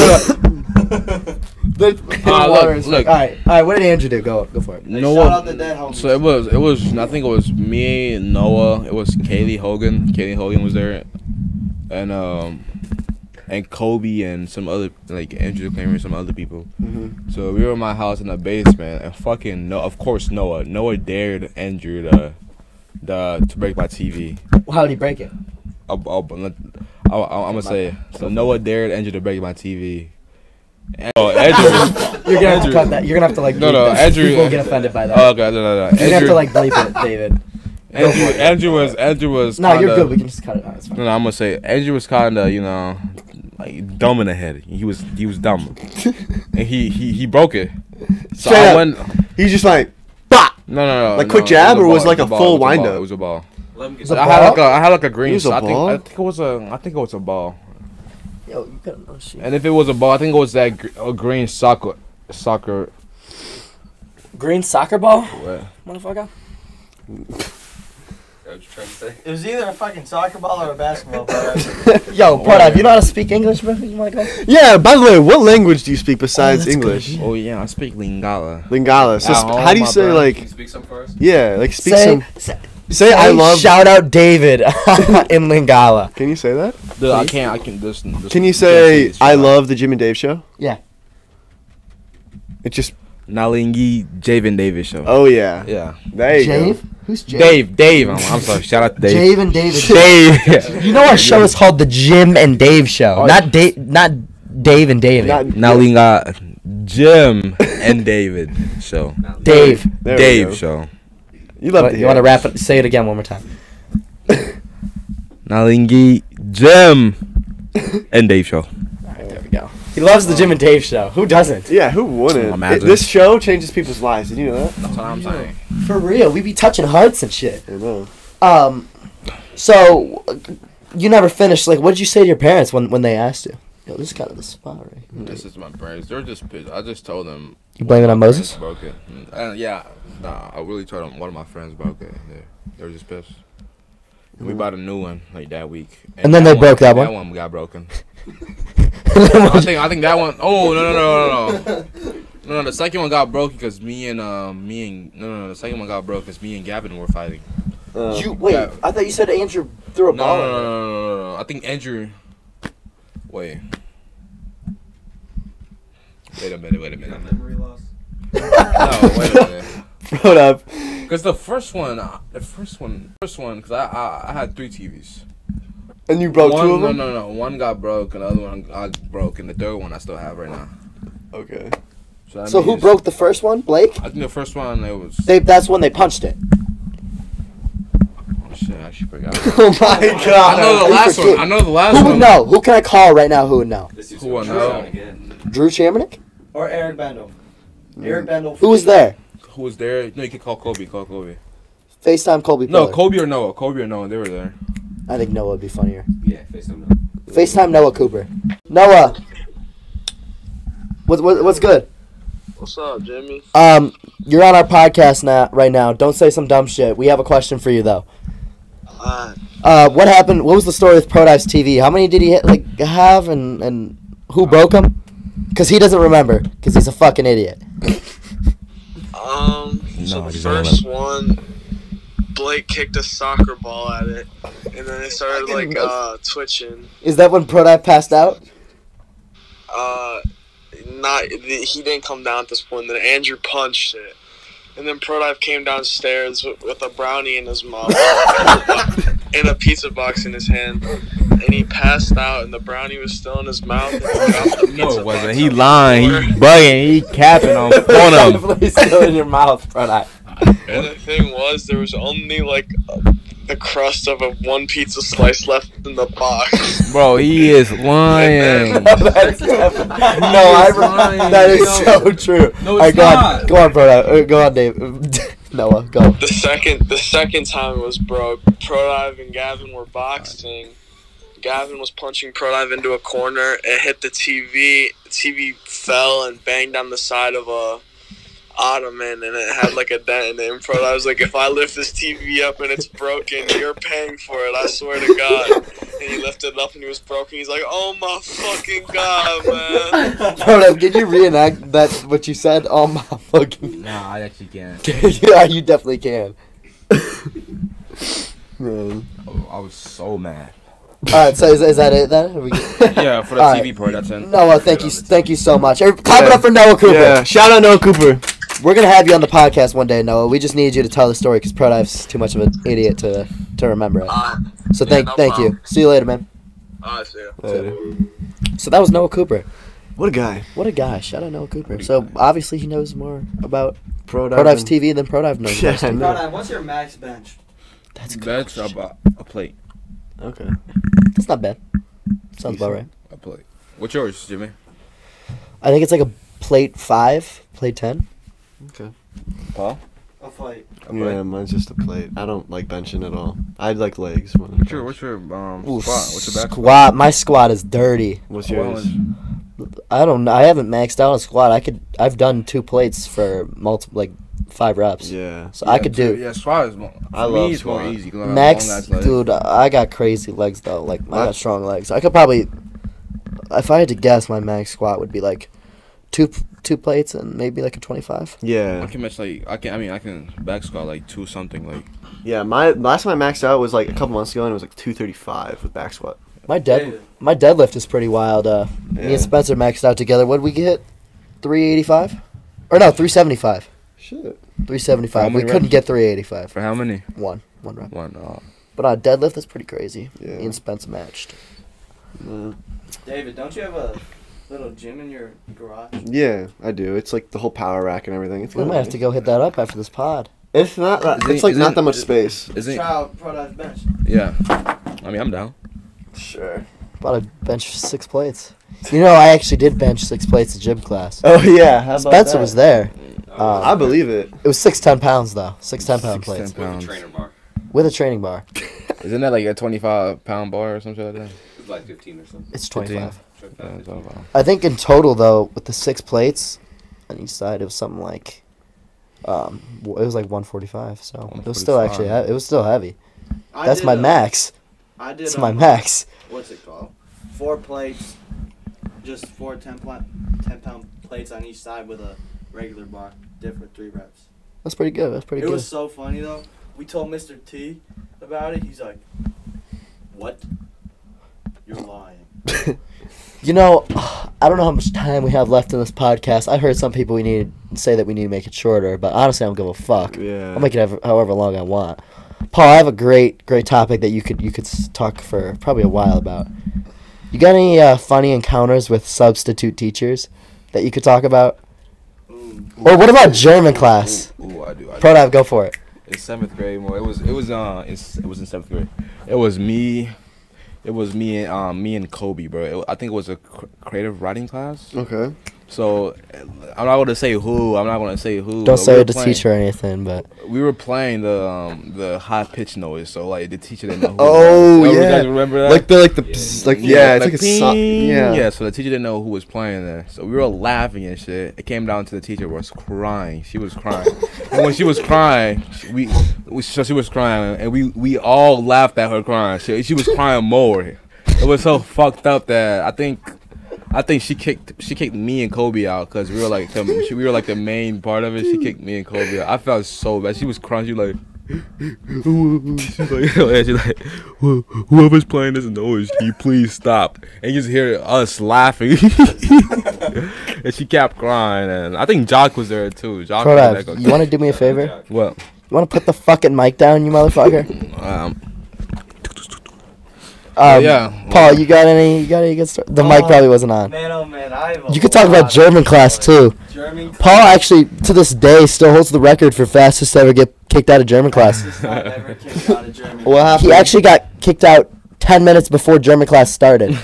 S3: Ah, water look, look.
S2: All right, all right. What did Andrew do? Go, go for it.
S4: They
S3: Noah-
S4: shot out the dead homies.
S3: So it was, it was. I think it was me, Noah. It was Kaylee Hogan. Kaylee Hogan was there, and um, and Kobe and some other like Andrew Kramer and some other people.
S2: mm-hmm.
S3: So we were in my house in the basement, and fucking no, of course Noah. Noah dared Andrew to, the to break my TV.
S2: How did he break it?
S3: I'll, I'll, i i am gonna say so. Noah dared Andrew to break my TV. And- oh, Andrew.
S2: You're gonna have to
S3: Andrew.
S2: cut that. You're gonna have to like.
S3: No,
S2: bleep
S3: no,
S2: that.
S3: Andrew-
S2: People will get offended by that.
S3: oh, okay, no, no, no.
S2: You're gonna have
S3: Andrew,
S2: to like bleep it, David.
S3: Andrew, Andrew was Andrew was.
S2: No, you're
S3: kinda-
S2: good. We can just cut it out. It's fine.
S3: No, no, I'm gonna say Andrew was kind of you know like dumb in the head. He was he was dumb, and he he he broke it. So
S1: Straight
S3: I
S1: up.
S3: went.
S1: He's just like, bah!
S3: No, no, no.
S1: Like
S3: no,
S1: quick
S3: it
S1: jab,
S3: a
S1: or was
S3: ball,
S1: like
S3: it
S1: a full
S3: was it was ball,
S1: windup?
S3: It was a ball.
S7: Let him get
S2: The
S3: I
S7: that.
S3: had
S2: ball?
S3: like a I had like a green.
S1: It was
S3: so
S1: a
S3: I think
S1: ball?
S3: I think it was a I think it was a ball.
S2: Yo, you got another sheet.
S3: Mm-hmm. And if it was a ball, I think it was that gr- a green soccer soccer.
S2: Green soccer ball,
S3: What?
S2: motherfucker.
S7: Is that what you're trying to say?
S4: It was either a fucking soccer ball or a basketball ball.
S2: Yo, Pro
S3: Oh,
S2: Dive,
S3: yeah.
S2: you know how to speak English, bro? You wanna go?
S1: Yeah, by the way, what language do you speak besides English?
S3: Oh yeah, I speak Lingala.
S1: Lingala. So,
S3: At
S1: sp-
S3: home,
S1: how do you
S3: oh my
S1: say,
S3: bro.
S7: Can
S1: like,
S7: you speak some for us?
S1: yeah, like, speak
S2: Say-
S1: some.
S2: say-
S1: Say, I
S2: Hey,
S1: love.
S2: Shout out David in Lingala.
S1: Can you say that?
S3: Dude, I can't. I can. This, this,
S1: Can you
S3: this can't
S1: say,
S3: this
S1: I
S3: shit.
S1: love the Jim and Dave show?
S2: Yeah.
S1: It just,
S3: Nalingi Javen Davis show?
S1: oh, yeah.
S3: yeah.
S1: There you go.
S2: Jave? Who's Jave?
S3: Dave, Dave. I'm, I'm sorry. Shout out to Dave.
S2: Jave and David.
S3: Dave.
S2: You know our show is called the Jim and Dave Show,
S3: Oh,
S2: not Dave, not Dave and David.
S1: Not-
S3: Nalinga Jim and David show.
S2: Dave.
S1: There we go.
S3: Dave show.
S1: You love to
S2: you
S1: hear
S2: want to
S1: it.
S2: wrap it? Say it again one more time.
S3: Nalingi Jim and Dave show.
S2: there we go. He loves the Jim and Dave Show. Who doesn't?
S1: Yeah, who wouldn't?
S3: Imagine.
S1: It- this show changes people's lives. Did you know that?
S3: That's what I'm saying.
S2: For real, we be touching hearts and shit.
S1: I know.
S2: Um, so uh, you never finished. Like, what did you say to your parents when when they asked you? Yo, this is kind of the spot right. here.
S3: This is my parents. They're just pissed. I just told them.
S2: You blame it on Moses?
S3: Broke it. Uh, yeah. Nah, I really told them one of my friends broke it. They, they were just pissed. And we bought a new one like that week.
S2: Mm. And then they broke that one.
S3: That one got broken. I think I think that one oh no no no no no. No, no, the second one got broken because me and um me and no, no, no, the second one got broken because me and Gavin were fighting.
S1: Uh,
S2: you wait.
S3: yeah.
S2: I thought you said Andrew threw a
S3: No,
S2: ball.
S3: no, no, no, no, no, no. I think Andrew. Wait. Wait a minute. Wait a minute.
S4: Memory loss.
S3: No, wait a minute.
S1: Throw it up.
S3: Because the first one, uh, the first one, first one, because I, I I had three TVs.
S1: And you broke
S3: one,
S1: two of them?
S3: No, no, no. One got broke, and the other one I broke, and the third one I still have right now.
S1: Okay.
S3: that
S2: So who
S3: means-
S2: broke the first one? Blake.
S3: I think the first one it was.
S2: They. That's when they punched it.
S3: Oh, shit, I actually forgot.
S1: Oh my god.
S3: I know the last
S2: forget.
S3: one. I know the last
S2: Who
S3: one.
S2: would know? Who can I call right now? Who would know?
S7: This dude's
S3: Who
S7: gonna
S3: I
S7: try
S3: know.
S7: it again.
S2: Drew Chamonix?
S4: Or Eric Bendel. Eric Bendel.
S2: Mm. Who was there?
S3: Who was there? No, you could call Kobe. Call Kobe.
S2: Facetime Colby.
S3: No,
S2: Pillar.
S3: Kobe or Noah. Kobe or Noah. They were there.
S2: I think Noah would be funnier.
S7: Yeah, face him
S2: Facetime Noah Cooper. Noah. What, what, what's good?
S10: What's up, Jimmy?
S2: Um, you're on our podcast now, right now. Don't say some dumb shit. We have a question for you though.
S10: Alright.
S2: Uh, what happened? What was the story with Prodive's TV? How many did he like have, and and who broke him? Cause he doesn't remember. Cause he's a fucking idiot.
S10: Um, so
S3: No,
S10: the
S3: he's not
S10: first one, Blake kicked a soccer ball at it, and then it started like uh twitching.
S2: Is that when Prodive passed out?
S10: Uh, not he didn't come down at this point. Then Andrew punched it, and then Prodive came downstairs with, with a brownie in his mouth and a pizza box in his hand, and he passed out, and the brownie was still in his mouth. And he dropped the
S3: No,
S10: pizza
S3: it wasn't.
S10: box
S3: He
S10: on the
S3: lying.
S10: floor.
S3: He bugging. He capping on one of them.
S2: Definitely still in your mouth, bro. I-
S10: And the thing was, there was only like the crust of a one pizza slice left in the box.
S3: Bro, he is lying.
S2: That's definitely- no, I remember. That is so true.
S9: No,
S2: All right,
S9: it's
S2: go on,
S9: not.
S2: go on, bro. Uh, Go on, Dave. Noah, go.
S10: The second, the second time was bro. Prodive and Gavin were boxing. Gavin was punching Prodive into a corner. It hit the TV. The TV fell and banged on the side of a ottoman, and it had like a dent in it. And Prodive was like, "If I lift this TV up and it's broken, you're paying for it. I swear to God." And he lifted it up and he was broken. He's like, "Oh my fucking god, man!"
S2: Bro, did you reenact that what you said? Oh my fucking!
S9: Nah, I actually can't.
S2: yeah, you definitely can. Man.
S9: Oh, I was so mad.
S2: All right, so is, is that it then? Are we good?
S3: yeah, for the
S2: All right.
S3: TV part, that's it.
S2: Noah, thank you, thank you so much. Every- Clap it
S1: Yeah.
S2: up for Noah Cooper.
S1: Yeah, shout out Noah Cooper.
S2: We're gonna have you on the podcast one day, Noah. We just need you to tell the story because Prodive's too much of an idiot to to remember it.
S10: Uh,
S2: So
S10: yeah,
S2: thank
S10: no
S2: thank you.
S10: problem.
S2: See you later, man.
S10: uh, so yeah.
S2: So that was Noah Cooper.
S1: What a guy.
S2: What a guy! Shout out Noah Cooper. So obviously he knows more about
S1: Pro
S2: Prodive's TV than Prodive knows.
S1: Yeah,
S2: about his
S1: I
S2: TV.
S1: know.
S4: Prodive, what's your max bench?
S2: That's good.
S3: That's about a plate.
S1: Okay.
S2: That's not bad. Sounds about right.
S3: A plate. What's yours, Jimmy?
S2: I think it's like a plate five, plate ten.
S4: A fight.
S3: A plate.
S1: Yeah, mine's just a plate. I don't like benching at all. I like legs. More than
S3: What's your
S1: bench.
S3: what's your um
S2: Ooh,
S3: squat? What's your back?
S2: squat? My squat is dirty.
S1: What's
S3: Oh,
S1: yours?
S2: I don't. know. I haven't maxed out on squat. I could. I've done two plates for multiple, like five reps.
S1: Yeah.
S2: So I could do
S3: Yeah, squat is more. For
S1: I
S3: me,
S1: love
S3: it's more
S1: squat.
S3: easy. 'cause I have
S2: max,
S3: long-ass legs.
S2: dude. I got crazy legs though. Like I
S1: My-
S2: got strong legs. I could probably, if I had to guess, my max squat would be like two two plates and maybe like a twenty five.
S3: I
S1: Yeah.
S3: can match like I can. I mean, I can back squat like two something. Like
S1: Yeah. My last time I maxed out was like a couple months ago, and it was like 235 with back squat.
S2: My dead
S4: Dude.
S2: my deadlift is pretty wild. Uh, me
S1: Yeah.
S2: and Spencer maxed out together. What did we get? Three eighty five, or no, three seventy five.
S1: Shit.
S2: Three seventy five.
S3: How
S2: We
S3: many
S2: couldn't
S3: reps?
S2: get three eighty five.
S3: for how many?
S2: One one rep.
S3: One. Uh,
S2: But on deadlift, that's pretty crazy.
S1: Yeah.
S2: Me and Spencer matched.
S4: David, don't you have a little gym in your garage?
S1: Yeah, I do. It's like the whole power rack and everything. It's
S2: We might
S1: kinda
S2: have to
S1: nice.
S2: go hit that up after this pod.
S1: It's not. That,
S3: Isn't-
S1: it's like
S3: isn't-
S1: not that much space.
S3: isn't
S4: Try out Prodive's bench.
S3: yeah. I mean, I'm down.
S1: Sure.
S2: About a bench six plates. You know, I actually did bench six plates in gym class.
S1: Oh yeah. How about
S2: Spencer
S1: that? Uh,
S2: was there.
S1: I
S2: Um,
S1: believe it.
S2: it was six ten pounds though. Six ten pound
S3: Six
S2: plates
S3: 10
S7: With the
S3: pounds.
S7: trainer bar.
S2: with a training bar.
S3: Isn't that like a 25 pound bar or something like that?
S7: It was like 15 or something.
S2: It's twenty five.
S7: Try to
S3: Yeah,
S7: find
S3: it's
S7: it.
S3: all about-
S2: I think in total though, with the six plates on each side, it was something like, um, w- it was like one forty five. So it was still actually he-
S3: 145.
S2: it was still heavy.
S4: I
S2: That's
S4: did uh,
S2: my
S4: a-
S2: max.
S4: I did
S2: It's
S4: a-
S2: my max.
S4: What's it called? Four plates, just four 10, pla- 10 pound plates on each side with a regular bar, different three reps.
S2: That's pretty good. That's pretty
S4: it
S2: good.
S4: was so funny though. We told Mr. T about it. He's like, "What? You're lying."
S2: You know, I don't know how much time we have left in this podcast. I heard some people we need say that we need to make it shorter, but honestly, I don't give a fuck.
S1: Yeah.
S2: I'll make it ever, however long I want. Paul, I have a great, great topic that you could you could s- talk for probably a while about. You got any uh, funny encounters with substitute teachers that you could talk about?
S4: Ooh.
S2: Or what about German class?
S3: Ooh, I do. I do.
S2: Prodive, go for it.
S3: It's seventh grade. Well, it was it was uh it's, it was in seventh grade. It was me, it was me and um me and Kobe, bro. It, I think it was a cr- creative writing class.
S1: Okay.
S3: So I'm not gonna say who. I'm not gonna say who.
S2: Don't
S3: but we
S2: say
S3: were
S2: it to
S3: playing-
S2: teacher or anything, but
S3: We were playing the um the high pitch noise. So like the teacher didn't know. Who it
S1: Oh,
S3: was. You
S1: yeah.
S3: guys remember that?
S1: Like the like the pss, like yeah, it's like, a so-
S3: "Ping."
S1: yeah.
S3: yeah. So the teacher didn't know who was playing there. So we were laughing and shit. It came down to the teacher was crying. She was crying, and when she was crying, she- we, we so she was crying, and we we all laughed at her crying. She she was crying more. It was so fucked up that I think. I think she kicked she kicked me and Kobe out because we were like the, she, we were like the main part of it. She kicked me and Kobe out. I felt so bad. She was crying. She like, she's like, she's like "Who- whoever's playing this noise, can you please stop? And you just hear us laughing. and she kept crying. And I think Jock was there too. Jock was
S2: Prodav,
S3: there.
S2: you want to do me a favor? You
S3: Well,
S2: want to put the fucking mic down, you motherfucker?
S3: um,
S2: Um,
S3: yeah.
S2: Paul, you got any? You got any good story? The mic
S4: Uh,
S2: probably wasn't on.
S4: Man, oh man, I have a
S2: You could talk about
S4: lot
S2: German
S4: of
S2: class
S4: stories.
S2: too.
S4: German class.
S2: Paul actually, to this day, still holds the record for fastest to ever get kicked out of German class.
S4: Fastest I've ever kicked out of German
S1: What
S4: class.
S1: happened?
S2: He actually got kicked out ten minutes before German class started.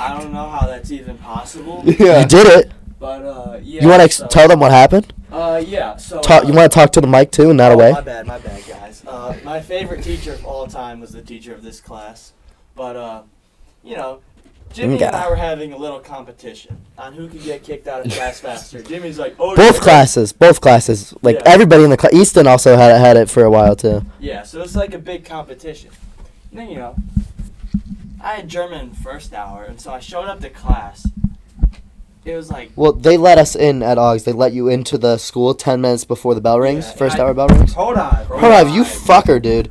S4: I don't know how that's even possible.
S1: Yeah.
S2: You did it.
S4: But uh, yeah.
S2: You want to
S4: so,
S2: ex- tell them what happened?
S4: Uh, yeah. So.
S2: Talk. You
S4: uh,
S2: want to talk to the mic too, and not
S4: oh,
S2: away.
S4: My bad, my bad, guys. Uh, my favorite teacher of all time was the teacher of this class, but uh, you know, Jimmy and
S2: Nga.
S4: I were having a little competition on who could get kicked out of class faster. Jimmy's like, oh,
S2: Both
S4: yeah.
S2: classes. Both classes. Like
S4: Yeah.
S2: everybody in the class. Easton also had had it for a while too.
S4: Yeah, so it's like a big competition. And then you know, I had German first hour, and so I showed up to class. It was like
S2: Well, they let us in at Augs. They let you into the school ten minutes before the bell rings.
S4: Yeah, and
S2: first
S4: I-
S2: hour bell rings.
S4: hold on,
S2: Prodav, you fucker, dude.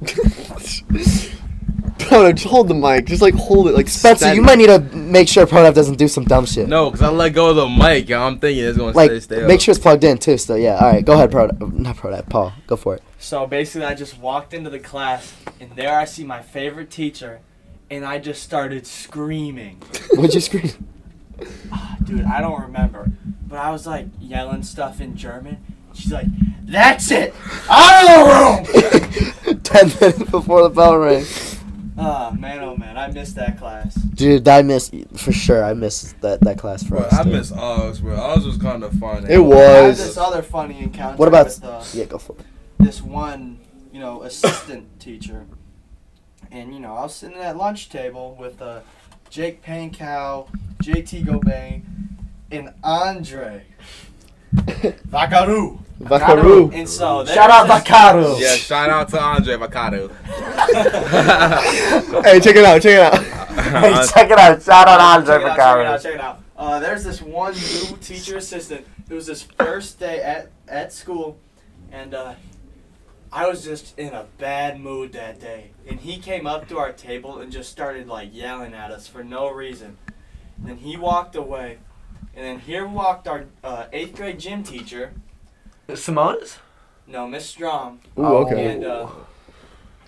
S1: Bro, just hold the mic. Just like hold it. Like
S2: Spencer,
S1: steady.
S2: you might need to make sure Prodav doesn't do some dumb shit.
S3: No, cause I let go of the mic. Yo, I'm thinking it's gonna stay
S2: like,
S3: stale.
S2: make sure it's plugged in too. Still, yeah. All right, go ahead, Prodav. Not Prodav, Paul. Go for it.
S4: So basically, I just walked into the class, and there I see my favorite teacher, and I just started screaming.
S2: Would you scream?
S4: Dude, I don't remember, but I was like yelling stuff in German. She's like, "That's it, out of the room."
S2: Ten minutes before the bell rings.
S4: Oh man, oh man, I missed that class.
S2: Dude, I miss for sure. I miss that that class for
S9: Bro,
S2: us.
S9: I
S2: dude.
S9: miss Oz, bro. Oz was kind of fun.
S1: It
S4: I have this
S1: was.
S4: other funny encounter.
S2: What about-
S4: with, uh,
S2: Yeah, go for it.
S4: this one, you know, assistant teacher. And, you know, I was sitting at lunch table with uh, Jake Pankow, JT Gobain, and Andre. Vakaru.
S1: Vakaru.
S4: And so
S2: Shout out
S4: Vakaru.
S3: Yeah, shout out to Andre Vacado.
S1: Hey, check it out. Check it out.
S2: check it out. Shout out
S4: check it out, check it out, check it out. Uh, there's this one new teacher assistant. It was his first day at, at school, and uh, I was just in a bad mood that day. And he came up to our table and just started like yelling at us for no reason. And then he walked away, and then here walked our uh, eighth grade gym teacher.
S11: Simone's?
S4: No, Miss Strom.
S1: Ooh, okay.
S4: And uh,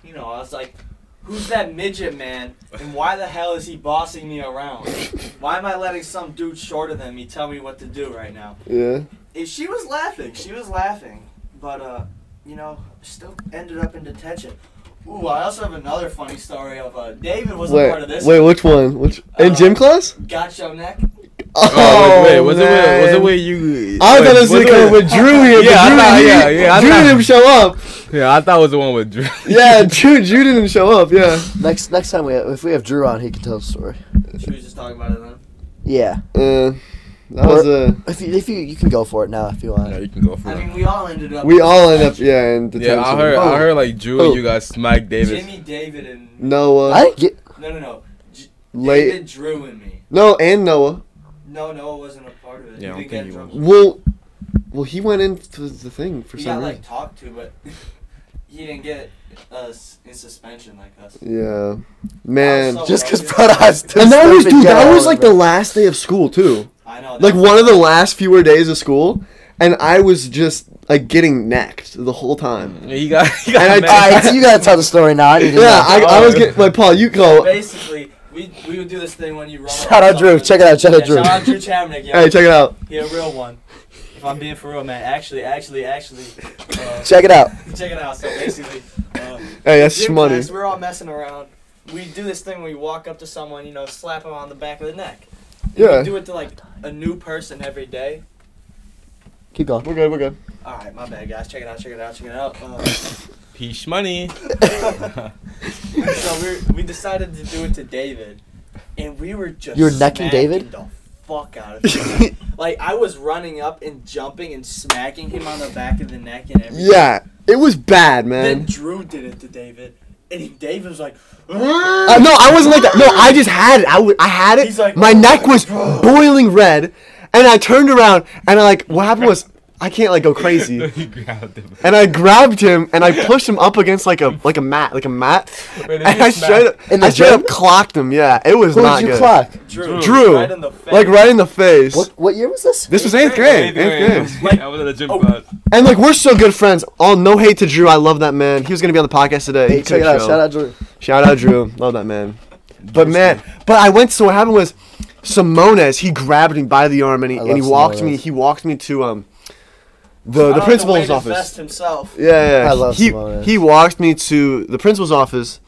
S4: you know, I was like, "Who's that midget man? And why the hell is he bossing me around? Why am I letting some dude shorter than me tell me what to do right now?"
S1: Yeah.
S4: And she was laughing. She was laughing, but uh, you know, still ended up in detention. Ooh, I also have another funny story of uh, David was a part of
S1: Wait.
S4: this.
S1: Wait. Which one? Which in
S4: Uh,
S1: gym class?
S4: Got your neck.
S1: Oh,
S3: Oh, wait, wait, was it? Was
S1: man.
S3: it where you?
S1: I thought it was
S3: wait,
S1: the guy
S3: wait.
S1: with Drew here.
S3: Yeah,
S1: but
S3: I
S1: Drew,
S3: thought-
S1: didn't-
S3: yeah, yeah, I
S1: Drew
S3: thought-
S1: didn't show up.
S3: Yeah, I thought it was the one with Drew.
S1: Yeah, Drew, Drew didn't show up. Yeah.
S2: Next next time we have, if we have Drew on, he can tell the story.
S4: She was just talking about it then.
S2: Yeah.
S1: Uh, that was a.
S2: If you, if you you can go for it now if you want.
S3: Yeah, you can go for
S4: I
S3: it.
S4: mean, we all ended up.
S1: We
S4: in
S1: all end up
S4: detention.
S1: yeah in detention.
S3: Yeah, I heard.
S1: Oh,
S3: I heard like Drew
S1: Oh.
S3: and you guys smacked Davis.
S4: Jimmy, David, and
S1: Noah.
S2: I didn't get.
S4: no, no, no.
S1: late.
S4: David, Drew, and me.
S1: No, and Noah.
S4: No, Noah wasn't a part of it.
S3: Yeah, I
S4: we
S3: don't think he
S4: get drunk.
S1: Well, well, he went into the thing for
S4: He
S1: some
S4: got like
S1: reason.
S4: talked to, but he didn't get us in suspension like us.
S1: Yeah, man.
S4: Also-
S2: Just because Prodav's too
S1: and that was
S2: stupid
S1: dude.
S2: to get
S1: That
S2: out
S1: was
S2: of
S1: like
S2: it.
S1: the last day of school too.
S4: I know.
S1: Like
S4: that-
S1: one of the last fewer days of school, and I was just like getting necked the whole time.
S3: Yeah, he got. He
S1: And I-
S3: got
S2: All
S3: mad.
S2: right, so you gotta tell the story now. I need to
S1: Yeah,
S2: know.
S1: I, I was getting. Like Paul, you go.
S4: Basically, we we would do this thing when you roll.
S2: Shout
S4: up
S2: out Drew.
S4: something.
S2: Check it out. Shout out
S4: Yeah,
S2: Drew.
S4: Shout out Drew Chamnick. Yeah,
S1: Hey, check it out.
S4: he a real one. If I'm being for real, man. Actually, actually, actually. Uh,
S2: Check it out.
S4: check it out. So basically, uh,
S1: Hey, that's
S4: gym
S1: money.
S4: class, we're all messing around. We do this thing where you walk up to someone, you know, slap them on the back of the neck.
S1: Yeah,
S4: We do it to like a new person every day.
S2: Keep going.
S1: we're good. We're good.
S4: All right, my bad, guys. Check it out. Check it out. Check it out. Uh,
S3: Peach money.
S4: so we we decided to do it to David, and we were just
S2: You were necking
S4: smacking
S2: David?
S4: The fuck out of him. like I was running up and jumping and smacking him on the back of the neck and everything.
S1: Yeah, it was bad,
S4: Then
S1: man.
S4: Drew did it to David, and he- David was like,
S1: Uh, no, I wasn't like that. No, I just had it. I wa- I had it.
S4: He's like,
S1: my
S4: "Oh
S1: neck
S4: my
S1: was
S4: God."
S1: boiling red, and I turned around and I like what happened was I can't like go crazy.
S3: he grabbed him.
S1: and I grabbed him and I pushed him up against like a like a mat, like a mat.
S3: Wait,
S1: and I
S3: this is
S1: straight
S3: Matt.
S1: up,
S2: In the
S1: I straight up
S2: gym?
S1: clocked him. Yeah, it was
S2: Who
S1: not
S2: did you
S1: good.
S2: clock?
S4: Drew,
S1: Drew,
S4: right in the face.
S1: Like right in the face.
S2: What what year was this?
S1: This was eighth grade. Eighth grade.
S3: I was at the
S1: Oh.
S3: gym class.
S1: And like we're still good friends. All no hate to Drew. I love that man. He was gonna be on the podcast today.
S2: Hey,
S1: He couldn't
S2: check it out.
S1: show.
S2: Shout out Jordan.
S1: Shout out Drew. Love that man. But man, but I went. So what happened was, Simones he grabbed me by the arm and he,
S2: I
S1: and he
S2: love
S1: walked
S2: Simones.
S1: me. He walked me to um, the
S4: I
S1: the
S4: don't have
S1: principal's
S4: to wait to
S1: office.
S4: vest himself.
S1: Yeah, yeah.
S2: I love
S1: he
S2: Simone's.
S1: he walked me to the principal's office,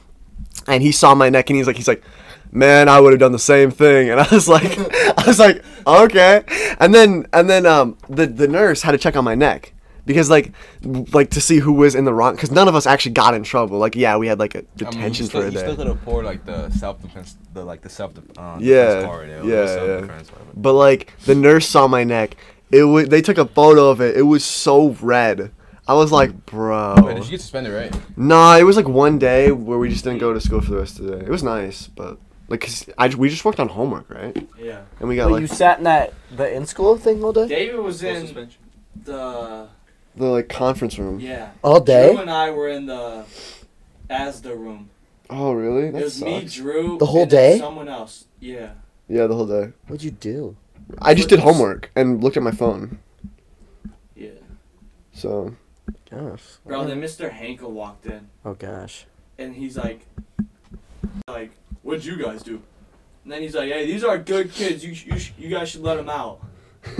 S1: and he saw my neck, and he's like, he's like, man, I would have done the same thing, and I was like, I was like, okay, and then and then um the the nurse had to check on my neck because like w- like to see who was in the wrong because none of us actually got in trouble. Like yeah, we had like a
S3: I mean,
S1: detention
S3: you still,
S1: for a
S3: you
S1: day.
S3: still could have poured like the self defense, the like the self de- uh,
S1: Yeah,
S3: defense card. It was
S1: yeah,
S3: self-defense, whatever.
S1: But like the nurse saw my neck. It was they took a photo of it. It was so red. I was like, bro.
S3: Wait, did you get suspended, right?
S1: Nah, it was like one day where we just didn't go to school for the rest of the day. It was nice, but like, 'cause I we just worked on homework, right?
S4: Yeah.
S1: And we got like
S2: you sat in that the in school thing all day?
S4: David was
S12: Full
S4: in
S12: suspension.
S4: the
S1: the like conference room.
S4: yeah.
S2: All
S4: Drew
S2: day?
S4: and I were in the ASDA room.
S1: Oh really?
S4: it
S1: That
S4: was me,
S1: sucks.
S4: Drew,
S2: The whole
S4: and then
S2: day?
S4: Someone else. Yeah.
S1: Yeah, the whole day.
S2: What'd you do?
S1: I just did homework and looked at my phone.
S4: Yeah.
S1: So
S2: Gosh.
S4: Bro, then Mr. Hankel walked in
S2: Oh gosh.
S4: and he's like, like, what'd you guys do? And then he's like, hey, these are good kids. You sh- you, sh- you guys should let them out.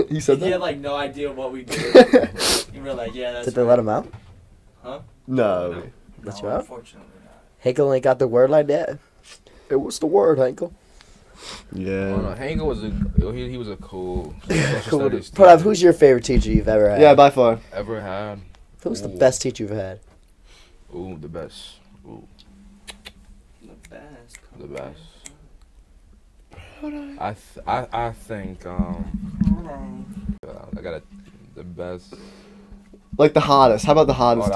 S1: you said
S4: He had
S1: that?
S4: like no idea what we did. and we're like, yeah, that's.
S2: Did they let him out?
S1: No.
S2: That's
S4: no,
S2: right.
S4: Unfortunately. not.
S2: Hinkle ain't got the word like that. It was the word, Hinkle.
S1: Yeah.
S3: Oh, no, Hango was a yo, he, he was a cool. social
S2: Cool.
S3: studies
S2: Pradav,
S3: teacher
S2: who's your favorite teacher you've ever had?
S1: Yeah, by far.
S3: ever had?
S2: Who's the
S3: Ooh.
S2: best teacher you've had?
S3: Ooh, the best,
S4: The best.
S3: the best. I th- I I think um uh, I got a, the best.
S1: Like the hottest. How about the
S3: Oh,
S1: hottest
S3: the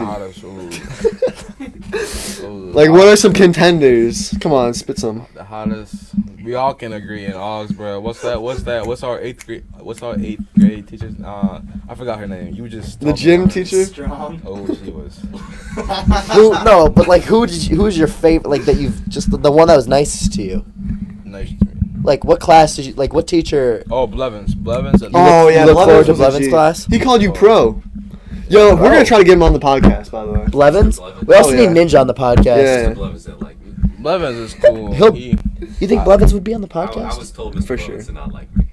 S1: dude?
S3: hottest. Ooh. Ooh,
S1: Like
S3: the
S1: what are
S3: hottest-
S1: some contenders? Come on, spit some.
S3: the hottest? We all can agree in Oz, bro. What's that? What's that? What's our eighth grade? What's our eighth grade teacher's? Uh, I forgot her name. You just
S1: The
S3: told me
S1: gym
S3: her.
S1: teacher.
S4: Strong.
S3: Oh, she was.
S2: who? No, but like, who did? You, who's your favorite? Like that you've just the, the one that was nicest to you.
S3: Nice.
S2: Like, what class did you? Like, what teacher?
S3: Oh, Blevins. Blevins. and-
S1: Oh
S2: look-
S1: yeah,
S2: you look
S1: Blevins
S2: forward to
S1: was a
S2: Blevins
S1: G.
S2: class?
S1: He called you pro. Yo, we're gonna try to get him on the podcast, by the way.
S2: Blevins.
S7: Blevins.
S2: We also
S1: Oh, yeah.
S2: need Ninja on the podcast.
S1: Yeah.
S7: Blevins that like me.
S3: Blevins is cool.
S2: He'll-
S3: He-
S2: You think
S3: Uh,
S2: Blevins would be on the
S7: I,
S2: podcast?
S7: I was told Mr.
S1: For
S7: Blevins
S1: sure.
S7: did not like me.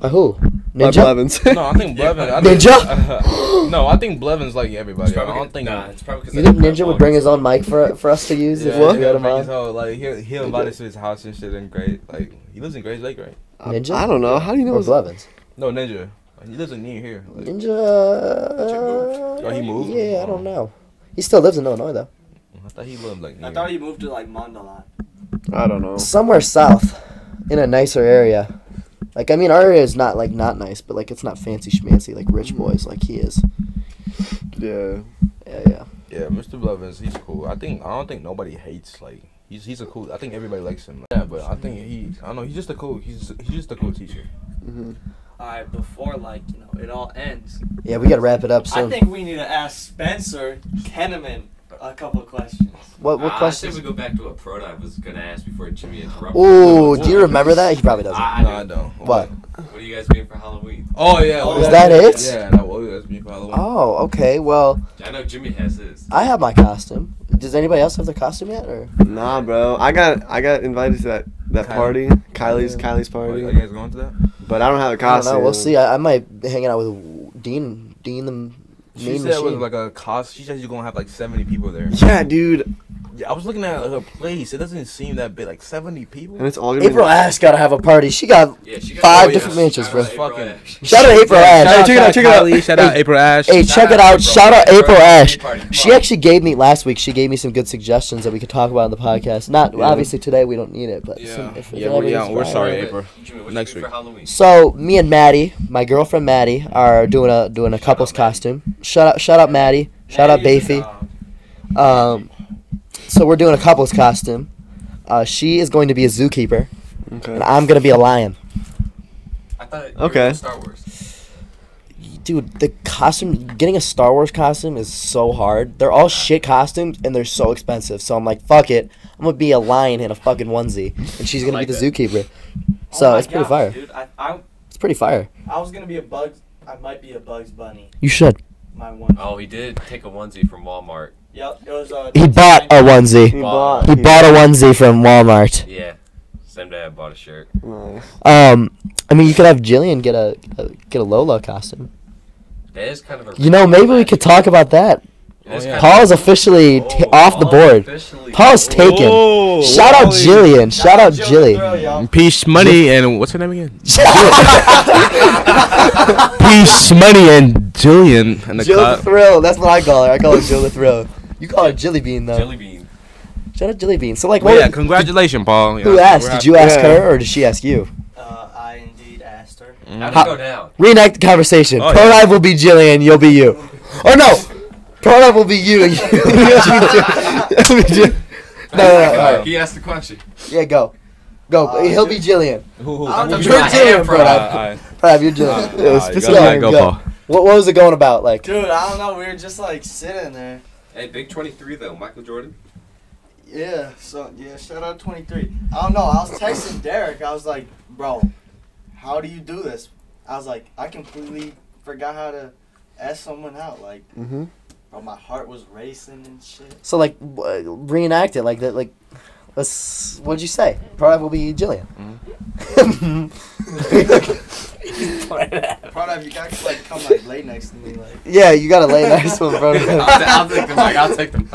S2: Uh, who?
S1: By
S2: Ninja.
S1: Blevins.
S3: no, I think Blevins. I think, no, I think Blevins like everybody.
S7: It's
S3: I
S7: probably
S3: don't
S7: 'cause-
S3: think.
S7: nah, it's probably 'cause
S2: You
S7: I
S2: think
S7: didn't
S2: Ninja
S7: have
S2: would bring
S7: long
S2: his own mic for for us to use? if
S3: Yeah,
S2: we
S1: What?
S3: he
S2: had him
S3: bring his
S2: on?
S3: whole- like he'll, he'll invite us to his house and shit in great like he lives in Grays Lake right
S2: Ninja?
S1: Uh, I don't know. How do you know?
S2: Or
S1: It's,
S2: Blevins.
S3: no ninja he lives in near here like,
S2: Ninja. Uh,
S3: Oh, he moved?
S2: Yeah, I don't know. He still lives in Illinois though.
S3: I thought he lived like near.
S4: I thought you moved to like Mandalay.
S1: I don't know.
S2: Somewhere south, in a nicer area. Like I mean, our area is not like not nice, but like it's not fancy schmancy like rich
S3: Mm-hmm.
S2: boys like he is.
S1: Yeah.
S2: Yeah, yeah.
S3: yeah Mr Blevins he's cool I think I don't think nobody hates like he's he's a cool I think everybody likes him yeah but I think he I don't know he's just a cool he's he's just a cool teacher
S1: Mm-hmm.
S4: Alright, before like, you know, it all ends.
S2: Yeah, we gotta wrap it up
S4: I
S2: soon.
S4: think we need to ask Spencer Kenneman a couple questions.
S2: What what
S7: Ah, I
S2: questions?
S7: said we go back to what Prodive was gonna ask before Jimmy interrupted.
S2: Ooh, do you remember that? He probably doesn't.
S7: I,
S3: no I
S7: do.
S3: don't
S2: What?
S7: What are you guys doing for Halloween?
S3: oh yeah
S4: Oh,
S3: well,
S4: is
S3: that's-
S2: that it?
S3: yeah that was that's me following
S2: Oh, okay. Well,
S7: I know Jimmy has his.
S2: I have my costume. Does anybody else have their costume yet? Or
S1: Nah, bro. I got I got invited to that that
S3: Kylie.
S1: party, Kylie's Kylie's
S3: are
S1: party,
S3: you guys going to that
S1: but I don't have a
S2: I don't
S1: costume.
S2: know. We'll see. I, I might be hanging out with Dean. Dean the mean
S3: she
S2: machine.
S3: said it was like a cost she said you're gonna have like 70 people there
S1: Yeah, dude.
S3: yeah I was looking at her place it doesn't seem that big like 70 people
S1: And it's all gonna
S2: April
S1: be.
S2: Ash gotta have a party. She got
S7: Yeah, she got
S2: five
S7: oh, yeah.
S2: different mansions,
S7: I
S2: bro.
S7: know April
S3: Fucking-
S7: Ash.
S2: Shout out April Ash.
S3: Shout out, check it out, check it out.
S2: Kylie.
S3: Shout out April Ash.
S2: Hey,
S7: Shout
S2: check
S7: out
S2: it out.
S7: April
S2: Shout out
S7: Ash.
S2: April
S7: Birthday
S2: Ash.
S7: party. Come
S2: She
S7: on.
S2: actually gave me last week. She gave me some good suggestions that we could talk about on the podcast. Not obviously today. We don't need it, but some, if, if
S3: Yeah, we're,
S2: anybody's
S3: yeah, we're
S2: fine.
S3: sorry, April.
S7: Jimmy, what
S3: Next
S7: you doing
S3: week.
S7: for Halloween?
S2: So me and Maddie, my girlfriend Maddie, are doing a doing a couple's
S7: out, Maddie.
S2: costume. Shout out, shout out Maddie. Shout out
S4: Maddie's
S2: Bafy.
S4: a dog.
S2: Um, so we're doing a couple's costume. Uh, she is going to be a zookeeper, and
S1: Okay.
S2: I'm gonna be a lion.
S7: I thought you were
S1: Okay.
S7: doing Star Wars.
S2: dude, the costume getting a Star Wars costume is so hard. They're all shit costumes and they're so expensive. So I'm like, fuck it. I'm gonna be a lion in a fucking onesie, and she's gonna
S7: like
S2: be the
S7: that.
S2: zookeeper. So
S4: my
S2: it's pretty
S4: gosh,
S2: fire.
S4: Dude, I, I,
S2: It's pretty fire.
S4: I was gonna be a Bugs. I might be a Bugs Bunny.
S2: You should.
S4: My one.
S7: Oh, he did take a onesie from Walmart.
S4: Yep. It was. Uh,
S2: He bought a onesie.
S1: He
S7: Wow.
S1: bought.
S2: He bought a onesie from Walmart.
S7: Yeah. Same day I bought a shirt.
S1: Nice.
S2: Um, I mean, you could have Jillian get a, a get a Lola costume.
S7: That is kind of a.
S2: You know, maybe we could talk about that. Paul's
S7: Oh,
S2: officially t- off the board. Paul's taken. Shout out Jillian. Oh, Shout out Jilly.
S3: Peace, money, and what's her name again?
S2: Jill
S3: Peace, money, and Jillian. And the
S2: the Thrill. That's what I call her. I call her Jill the Thrill. You call her Jilly Bean though.
S7: Jelly bean.
S2: Shout out Jilly Bean. So like,
S3: Well,
S2: what,
S3: yeah, congratulations, Paul. You
S2: who
S3: know,
S2: asked?
S3: we're
S2: Did
S3: happy.
S2: you ask
S1: Yeah.
S2: her or did she ask you?
S4: Uh, I indeed asked her.
S7: How'd
S2: How-
S7: it go down?
S2: Reenact the conversation.
S3: Oh,
S2: Pro
S3: yeah.
S2: Dive will be Jillian. You'll be you. Or no, Pro Dive will be you. and you- You'll be Jill. No, no, no.
S3: Alright.
S9: He asked the question.
S2: Yeah, go. Go.
S4: Uh,
S2: He'll be Jillian.
S4: I don't
S2: You're
S4: know.
S2: Jillian, bro.
S3: Uh,
S2: Prab, you're Jillian.
S3: uh, uh,
S2: Let's
S3: go, yeah, go,
S2: go.
S3: Paul.
S2: What, what was it going about? Like,
S4: Dude, I don't know. We were just like sitting there.
S7: Hey, big 23 though. Michael Jordan.
S4: Yeah. So yeah. Shout out 23. I don't know. I was texting Derek. I was like, bro, how do you do this? I was like, I completely forgot how to ask someone out. Like,
S2: Mm-hmm.
S1: Mhm.
S4: bro, my heart was racing and shit.
S2: so like, w- uh, reenact it. Like that. Like, let's. What'd you say? Prab will be Jillian.
S3: Mm-hmm.
S4: Proud of you guys. Like, come like late next to me. Like,
S2: yeah, you gotta lay next to him, bro.
S9: I'll, take the mic. I'll take the mic.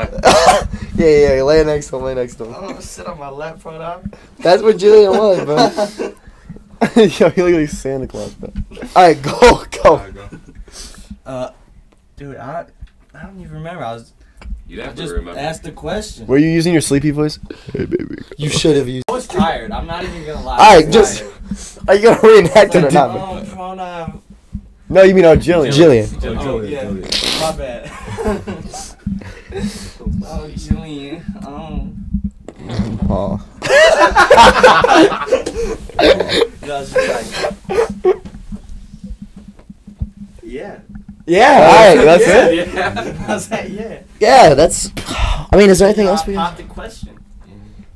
S2: yeah, yeah, yeah, lay next to him. Lay next to him.
S4: I don't "Oh, sit on my lap, proud
S2: That's what Jillian was, bro.
S1: Yo, he look like Santa Claus, bro.
S2: All right, go, go.
S4: Uh, dude, I I don't even remember. I was
S7: You
S4: I
S7: have
S4: just
S7: to remember.
S4: asked the question.
S1: Were you using your sleepy voice? Hey, baby.
S2: You should have used.
S4: I was tired. I'm not even gonna lie.
S2: All
S4: I
S2: right,
S4: was
S2: just.
S4: tired.
S2: Are you gonna reenact it or
S4: Like,
S2: not?
S4: oh, pronoun.
S1: No, you mean oh, Jillian.
S2: Jillian.
S4: Oh,
S9: Jillian,
S4: yeah. My bad. oh, Jillian. Um,
S1: Aw.
S4: that's just like. Yeah.
S2: Yeah. All right, that's
S4: yeah,
S2: it.
S4: Yeah. I was like, yeah.
S2: Yeah, that's. I mean, is there anything
S4: I
S2: else we?
S4: popped the question.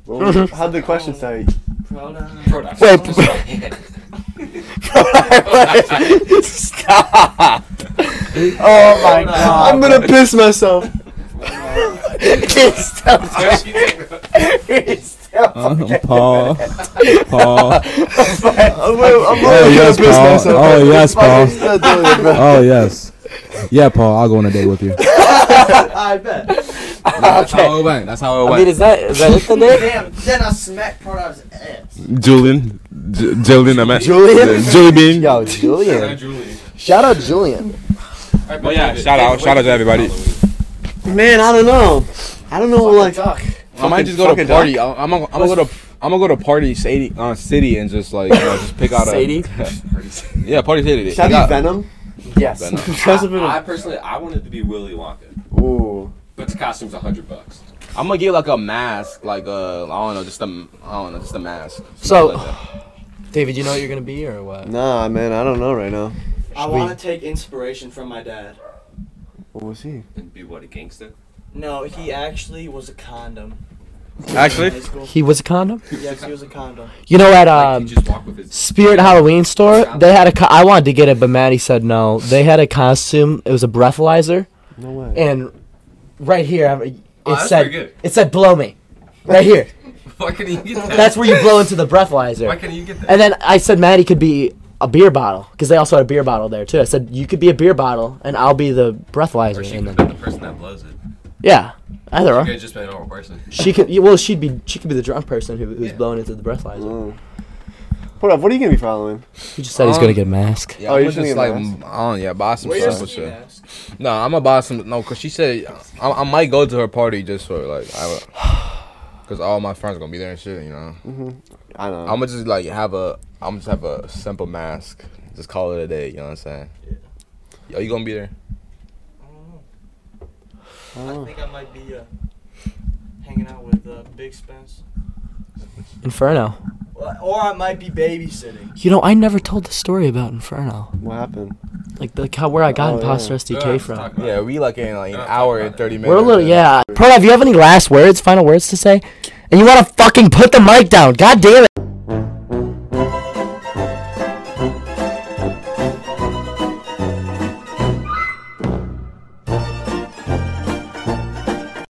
S1: How'd the question start?
S4: Pronoun.
S2: Wait. Stop. Oh my god.
S1: I'm gonna piss myself.
S2: It's still It's still fucking-
S3: Paul. Uh, Paul.
S1: I'm gonna, I'm gonna
S3: yes,
S1: piss
S3: Paul.
S1: myself.
S3: Oh, yes, Paul.
S1: Fucking still doing it, bro.
S3: Oh yes. Yeah, Paul. I'll go on a date with you.
S4: I bet.
S9: That's how it went. That's how it
S2: I
S9: went.
S2: mean, is that is that it then, Nick?
S4: Damn. Then I smacked Pronouns ass.
S3: Julian. J- Julian, I met.
S2: Julian?
S3: Julie Bean.
S2: Yo, Julian. Shout out Julian.
S7: Well, yeah,
S3: Shout out, shout out to everybody.
S1: Man, I don't know. I don't
S2: Oh,
S1: know, like.
S3: I might just go to party. I- I'm gonna I'm gonna go to I'm gonna go to party city, uh, city and just like you know, just pick out a
S2: Sadie?
S3: yeah party city.
S1: Should
S3: Pick
S1: I be
S3: out-
S1: Venom?
S2: Yes.
S3: Venom.
S1: Should I be
S7: I
S1: Venom?
S7: personally, I wanted to be Willy Wonka,
S1: Ooh.
S7: but the costume's a hundred bucks.
S3: I'm gonna get like a mask, like uh, I don't know, just a I don't know, just a mask.
S2: So-
S3: Like that.
S2: David, you know what you're gonna be or what?
S1: Nah, man, I don't know right now.
S4: I
S2: Should we-
S4: want to take inspiration from my dad.
S1: What was he?
S7: And be what a gangster.
S4: No, he actually was a condom. In high
S3: actually,
S4: school.
S2: He was a condom.
S4: Yes, he was a condom.
S2: You know at
S7: Like,
S2: um
S7: he just walk with his.
S2: Spirit Halloween store, they had a. Co- I wanted to get it, but Maddie said no. They had a costume. It was a breathalyzer,
S1: No way.
S2: and right here, I- it
S7: Oh, that's
S2: said
S7: pretty good.
S2: it said blow me, right here.
S7: Why can't you get that?
S2: That's where you blow into the
S7: Why
S2: breathalyzer.
S7: can't you get that?
S2: And then I said Maddie could be a beer bottle because they also had a beer bottle there too. I said you could be a beer bottle and I'll be the
S7: Or
S2: breathalyzer.
S7: she
S2: And
S7: could
S2: then
S7: be the person that blows it.
S2: yeah, either
S7: You
S2: or.
S7: could just be a normal person.
S2: She could. yeah, Well, she'd be. She could be the drunk person who, who's
S7: Yeah.
S2: blowing into the breathalyzer.
S1: Oh. What up? What are you gonna be following?
S2: He just said he's
S3: Um,
S2: gonna get a mask.
S3: yeah,
S1: Oh,
S3: I'm
S1: you
S3: gonna
S1: shouldn't
S3: just
S1: get
S3: like
S1: a
S3: m- I don't know, yeah, buy some
S4: Where's
S3: stuff.
S4: your
S3: with
S4: ski
S3: her.
S4: mask?
S3: No, I'm gonna buy some. No, cause she said I, I might go to her party just for like I. don't- Cause all my friends gonna be there and shit, you know.
S1: I don't know.
S3: I'm gonna just like have a, I'm just have a simple mask. Just call it a day. You know what I'm saying? Yeah. Yo, you gonna be there?
S4: I don't
S1: I don't
S4: know. I
S1: know.
S4: think I might be uh, hanging out with uh, Big Spence.
S2: Inferno.
S4: Or or I might be babysitting.
S2: You know, I never told the story about Inferno.
S1: What happened?
S2: like the how where I got
S1: Oh,
S2: Imposter
S1: yeah.
S2: SDK from.
S3: Yeah, we like in like an hour and thirty minutes.
S2: We're a little yeah. Pro, do you have any last words, final words to say? And you want to fucking put the mic down? God damn it!